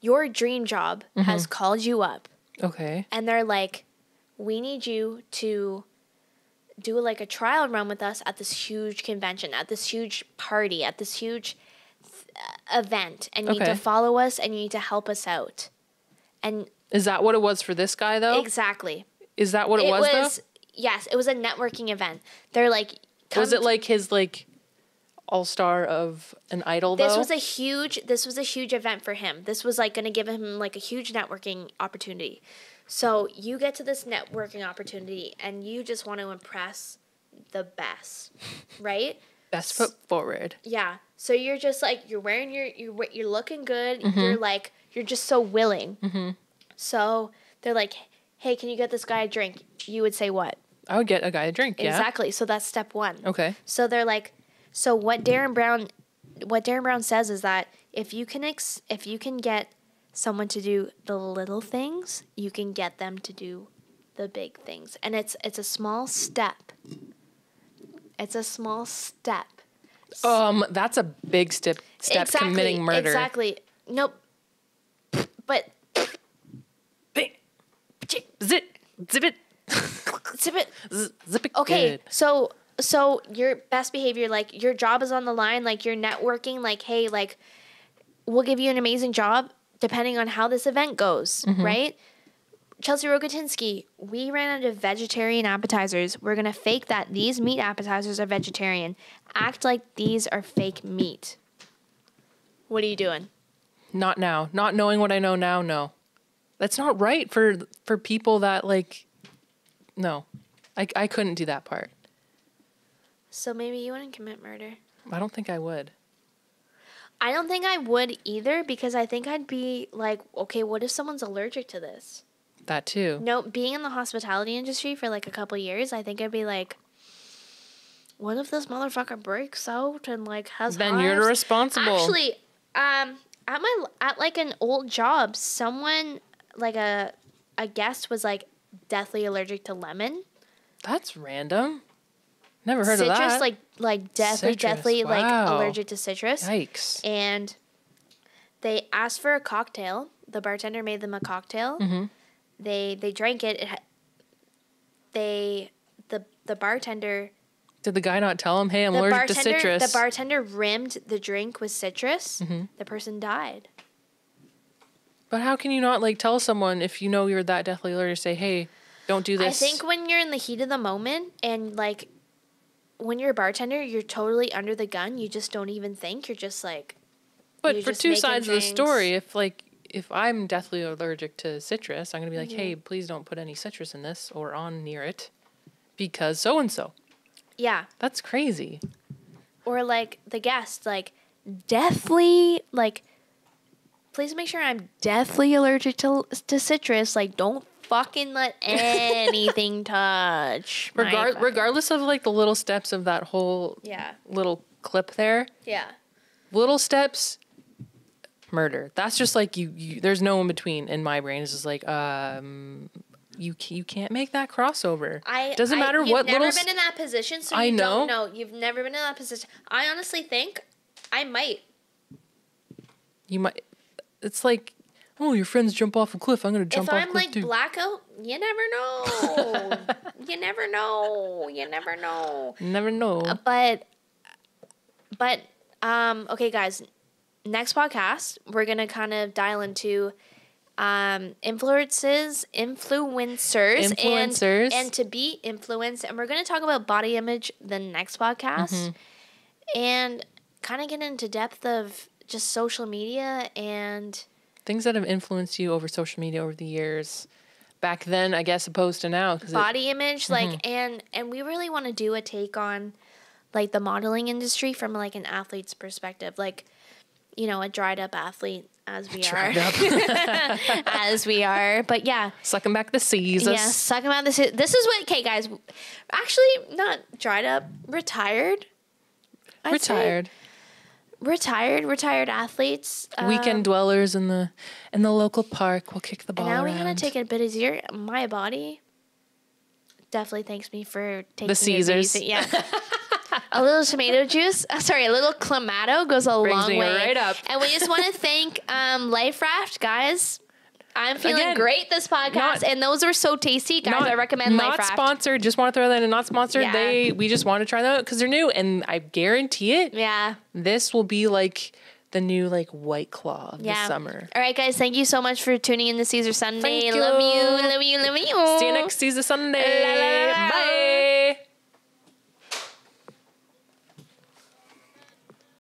Speaker 1: Your dream job
Speaker 2: Mm-hmm.
Speaker 1: has called you up
Speaker 2: okay
Speaker 1: and they're like, We need you to do like a trial run with us at this huge convention, at this huge party, at this huge th- event, and you need to
Speaker 2: Okay.
Speaker 1: follow us and you need to help us out. And
Speaker 2: is that what it was for this guy though
Speaker 1: exactly.
Speaker 2: is that what Oh. it,
Speaker 1: It
Speaker 2: was,
Speaker 1: was,
Speaker 2: though
Speaker 1: yes, it was a networking event. They're like
Speaker 2: was
Speaker 1: "Come
Speaker 2: it like his like all-star of an idol
Speaker 1: this
Speaker 2: though
Speaker 1: was a huge this was a huge event for him this was like going to give him like a huge networking opportunity so you get to this networking opportunity and you just want to impress the best right
Speaker 2: best foot forward
Speaker 1: yeah so you're just like you're wearing your you're, wa- you're looking good
Speaker 2: Mm-hmm.
Speaker 1: you're like you're just so willing so they're like hey can you get this guy a drink you would say what
Speaker 2: i would get a guy a drink yeah
Speaker 1: exactly so that's step one
Speaker 2: Okay.
Speaker 1: So they're like, so what Darren Brown, what Darren Brown says is that if you can ex, if you can get someone to do the little things, you can get them to do the big things, and it's it's a small step. It's a small step.
Speaker 2: Um, that's a big step. step committing murder.
Speaker 1: Exactly. Nope. But
Speaker 2: Bing, chick, zit, zip it,
Speaker 1: zip it.
Speaker 2: z- zip it.
Speaker 1: Okay,
Speaker 2: good.
Speaker 1: so so your best behavior, like your job is on the line, like you're networking, like hey, like we'll give you an amazing job depending on how this event goes, right? Chelsea Rogotinsky, we ran out of vegetarian appetizers. We're gonna fake that these meat appetizers are vegetarian. Act like these are fake meat. What are you doing?
Speaker 2: Not now. Not knowing what I know now. No, that's not right for for people that like. No, I I couldn't do that part.
Speaker 1: So maybe you wouldn't commit murder.
Speaker 2: I don't think I would.
Speaker 1: I don't think I would either because I think I'd be like, okay, what if someone's allergic to this?
Speaker 2: That too.
Speaker 1: No, being in the hospitality industry for like a couple years, I think I'd be like, what if this motherfucker breaks out and like has
Speaker 2: Then you're
Speaker 1: hives?
Speaker 2: responsible.
Speaker 1: Actually, um, at my at like an old job, someone like a a guest was like deathly allergic to lemon
Speaker 2: That's random. Never heard
Speaker 1: citrus,
Speaker 2: of that.
Speaker 1: like like deathly,
Speaker 2: Citrus,
Speaker 1: deathly like
Speaker 2: wow.
Speaker 1: allergic to citrus
Speaker 2: yikes.
Speaker 1: and they asked for a cocktail. The bartender made them a cocktail.
Speaker 2: Mm-hmm.
Speaker 1: They they drank it. it ha- they the the bartender
Speaker 2: Did the guy not tell him, "Hey, I'm
Speaker 1: the
Speaker 2: allergic to
Speaker 1: bartender
Speaker 2: citrus"? Mm-hmm.
Speaker 1: the bartender rimmed the drink with citrus. The person died.
Speaker 2: but how can you not like tell someone if you know you're that deathly allergic? Say, "Hey, don't do this."
Speaker 1: I think when you're in the heat of the moment and like when you're a bartender, you're totally under the gun. You just don't even think. You're just like
Speaker 2: But
Speaker 1: You're
Speaker 2: for
Speaker 1: just
Speaker 2: two
Speaker 1: making
Speaker 2: sides of
Speaker 1: drinks.
Speaker 2: the story, if like if I'm deathly allergic to citrus, I'm gonna be like,
Speaker 1: Mm-hmm.
Speaker 2: hey, please don't put any citrus in this or on near it, because so and so.
Speaker 1: yeah.
Speaker 2: That's crazy.
Speaker 1: or like the guest like deathly like please make sure i'm deathly allergic to, to citrus like don't fucking let anything touch my
Speaker 2: Regar-
Speaker 1: fucking-
Speaker 2: regardless of like the little steps of that whole
Speaker 1: yeah
Speaker 2: little clip there,
Speaker 1: yeah
Speaker 2: little steps, murder. That's just like you. you there's no in between in my brain. It's just like um. You, ca- you can't make that crossover.
Speaker 1: I
Speaker 2: Doesn't
Speaker 1: I-
Speaker 2: matter
Speaker 1: you've
Speaker 2: what
Speaker 1: never
Speaker 2: little. s-
Speaker 1: been in that position, so
Speaker 2: I
Speaker 1: you don't
Speaker 2: know.
Speaker 1: know. You've never been in that position. I honestly think I might.
Speaker 2: you might. It's like, oh, your friends jump off a cliff. I'm gonna jump
Speaker 1: if
Speaker 2: off a
Speaker 1: I'm
Speaker 2: cliff
Speaker 1: like
Speaker 2: too.
Speaker 1: blackout, you never know. you never know. You never know.
Speaker 2: Never know.
Speaker 1: but but um okay guys next podcast we're gonna kind of dial into um influences influencers
Speaker 2: Influencers.
Speaker 1: and, and to be influenced and we're gonna talk about body image the next podcast and kind of get into depth of just social media and
Speaker 2: Things that have influenced you over social media over the years, back then, I guess, opposed to now. 'cause it- Mm-hmm.
Speaker 1: body image like and and we really want to do a take on like the modeling industry from like an athlete's perspective like you know a dried up athlete as we are as we are but yeah
Speaker 2: sucking back the seas.
Speaker 1: yes talking about this this is what okay guys actually not dried up retired I'd say
Speaker 2: Retired
Speaker 1: retired retired athletes uh,
Speaker 2: weekend dwellers in the in the local park will kick the ball
Speaker 1: and now we
Speaker 2: around.
Speaker 1: kind of take it a bit easier my body definitely thanks me for taking it
Speaker 2: Caesars.
Speaker 1: easy. yeah a little tomato juice. uh, sorry, a little clamato goes a long
Speaker 2: me
Speaker 1: way.
Speaker 2: right up.
Speaker 1: And we just want to thank um, Life Raft, guys. I'm feeling
Speaker 2: Again,
Speaker 1: great this podcast,
Speaker 2: not-
Speaker 1: and those were so tasty, guys.
Speaker 2: not,
Speaker 1: I recommend
Speaker 2: not
Speaker 1: Life Raft.
Speaker 2: sponsored. Just want to throw that in. Not sponsored.
Speaker 1: Yeah.
Speaker 2: They we just want to try them out because they're new, and I guarantee it.
Speaker 1: yeah,
Speaker 2: This will be like the new like white claw of
Speaker 1: yeah.
Speaker 2: the summer.
Speaker 1: All right, guys. Thank you so much for tuning in to Caesar Sunday.
Speaker 2: Thank
Speaker 1: Love
Speaker 2: you.
Speaker 1: you, love you, love you.
Speaker 2: See you next Caesar Sunday.
Speaker 1: Oh. La, la, la, la.
Speaker 2: Bye.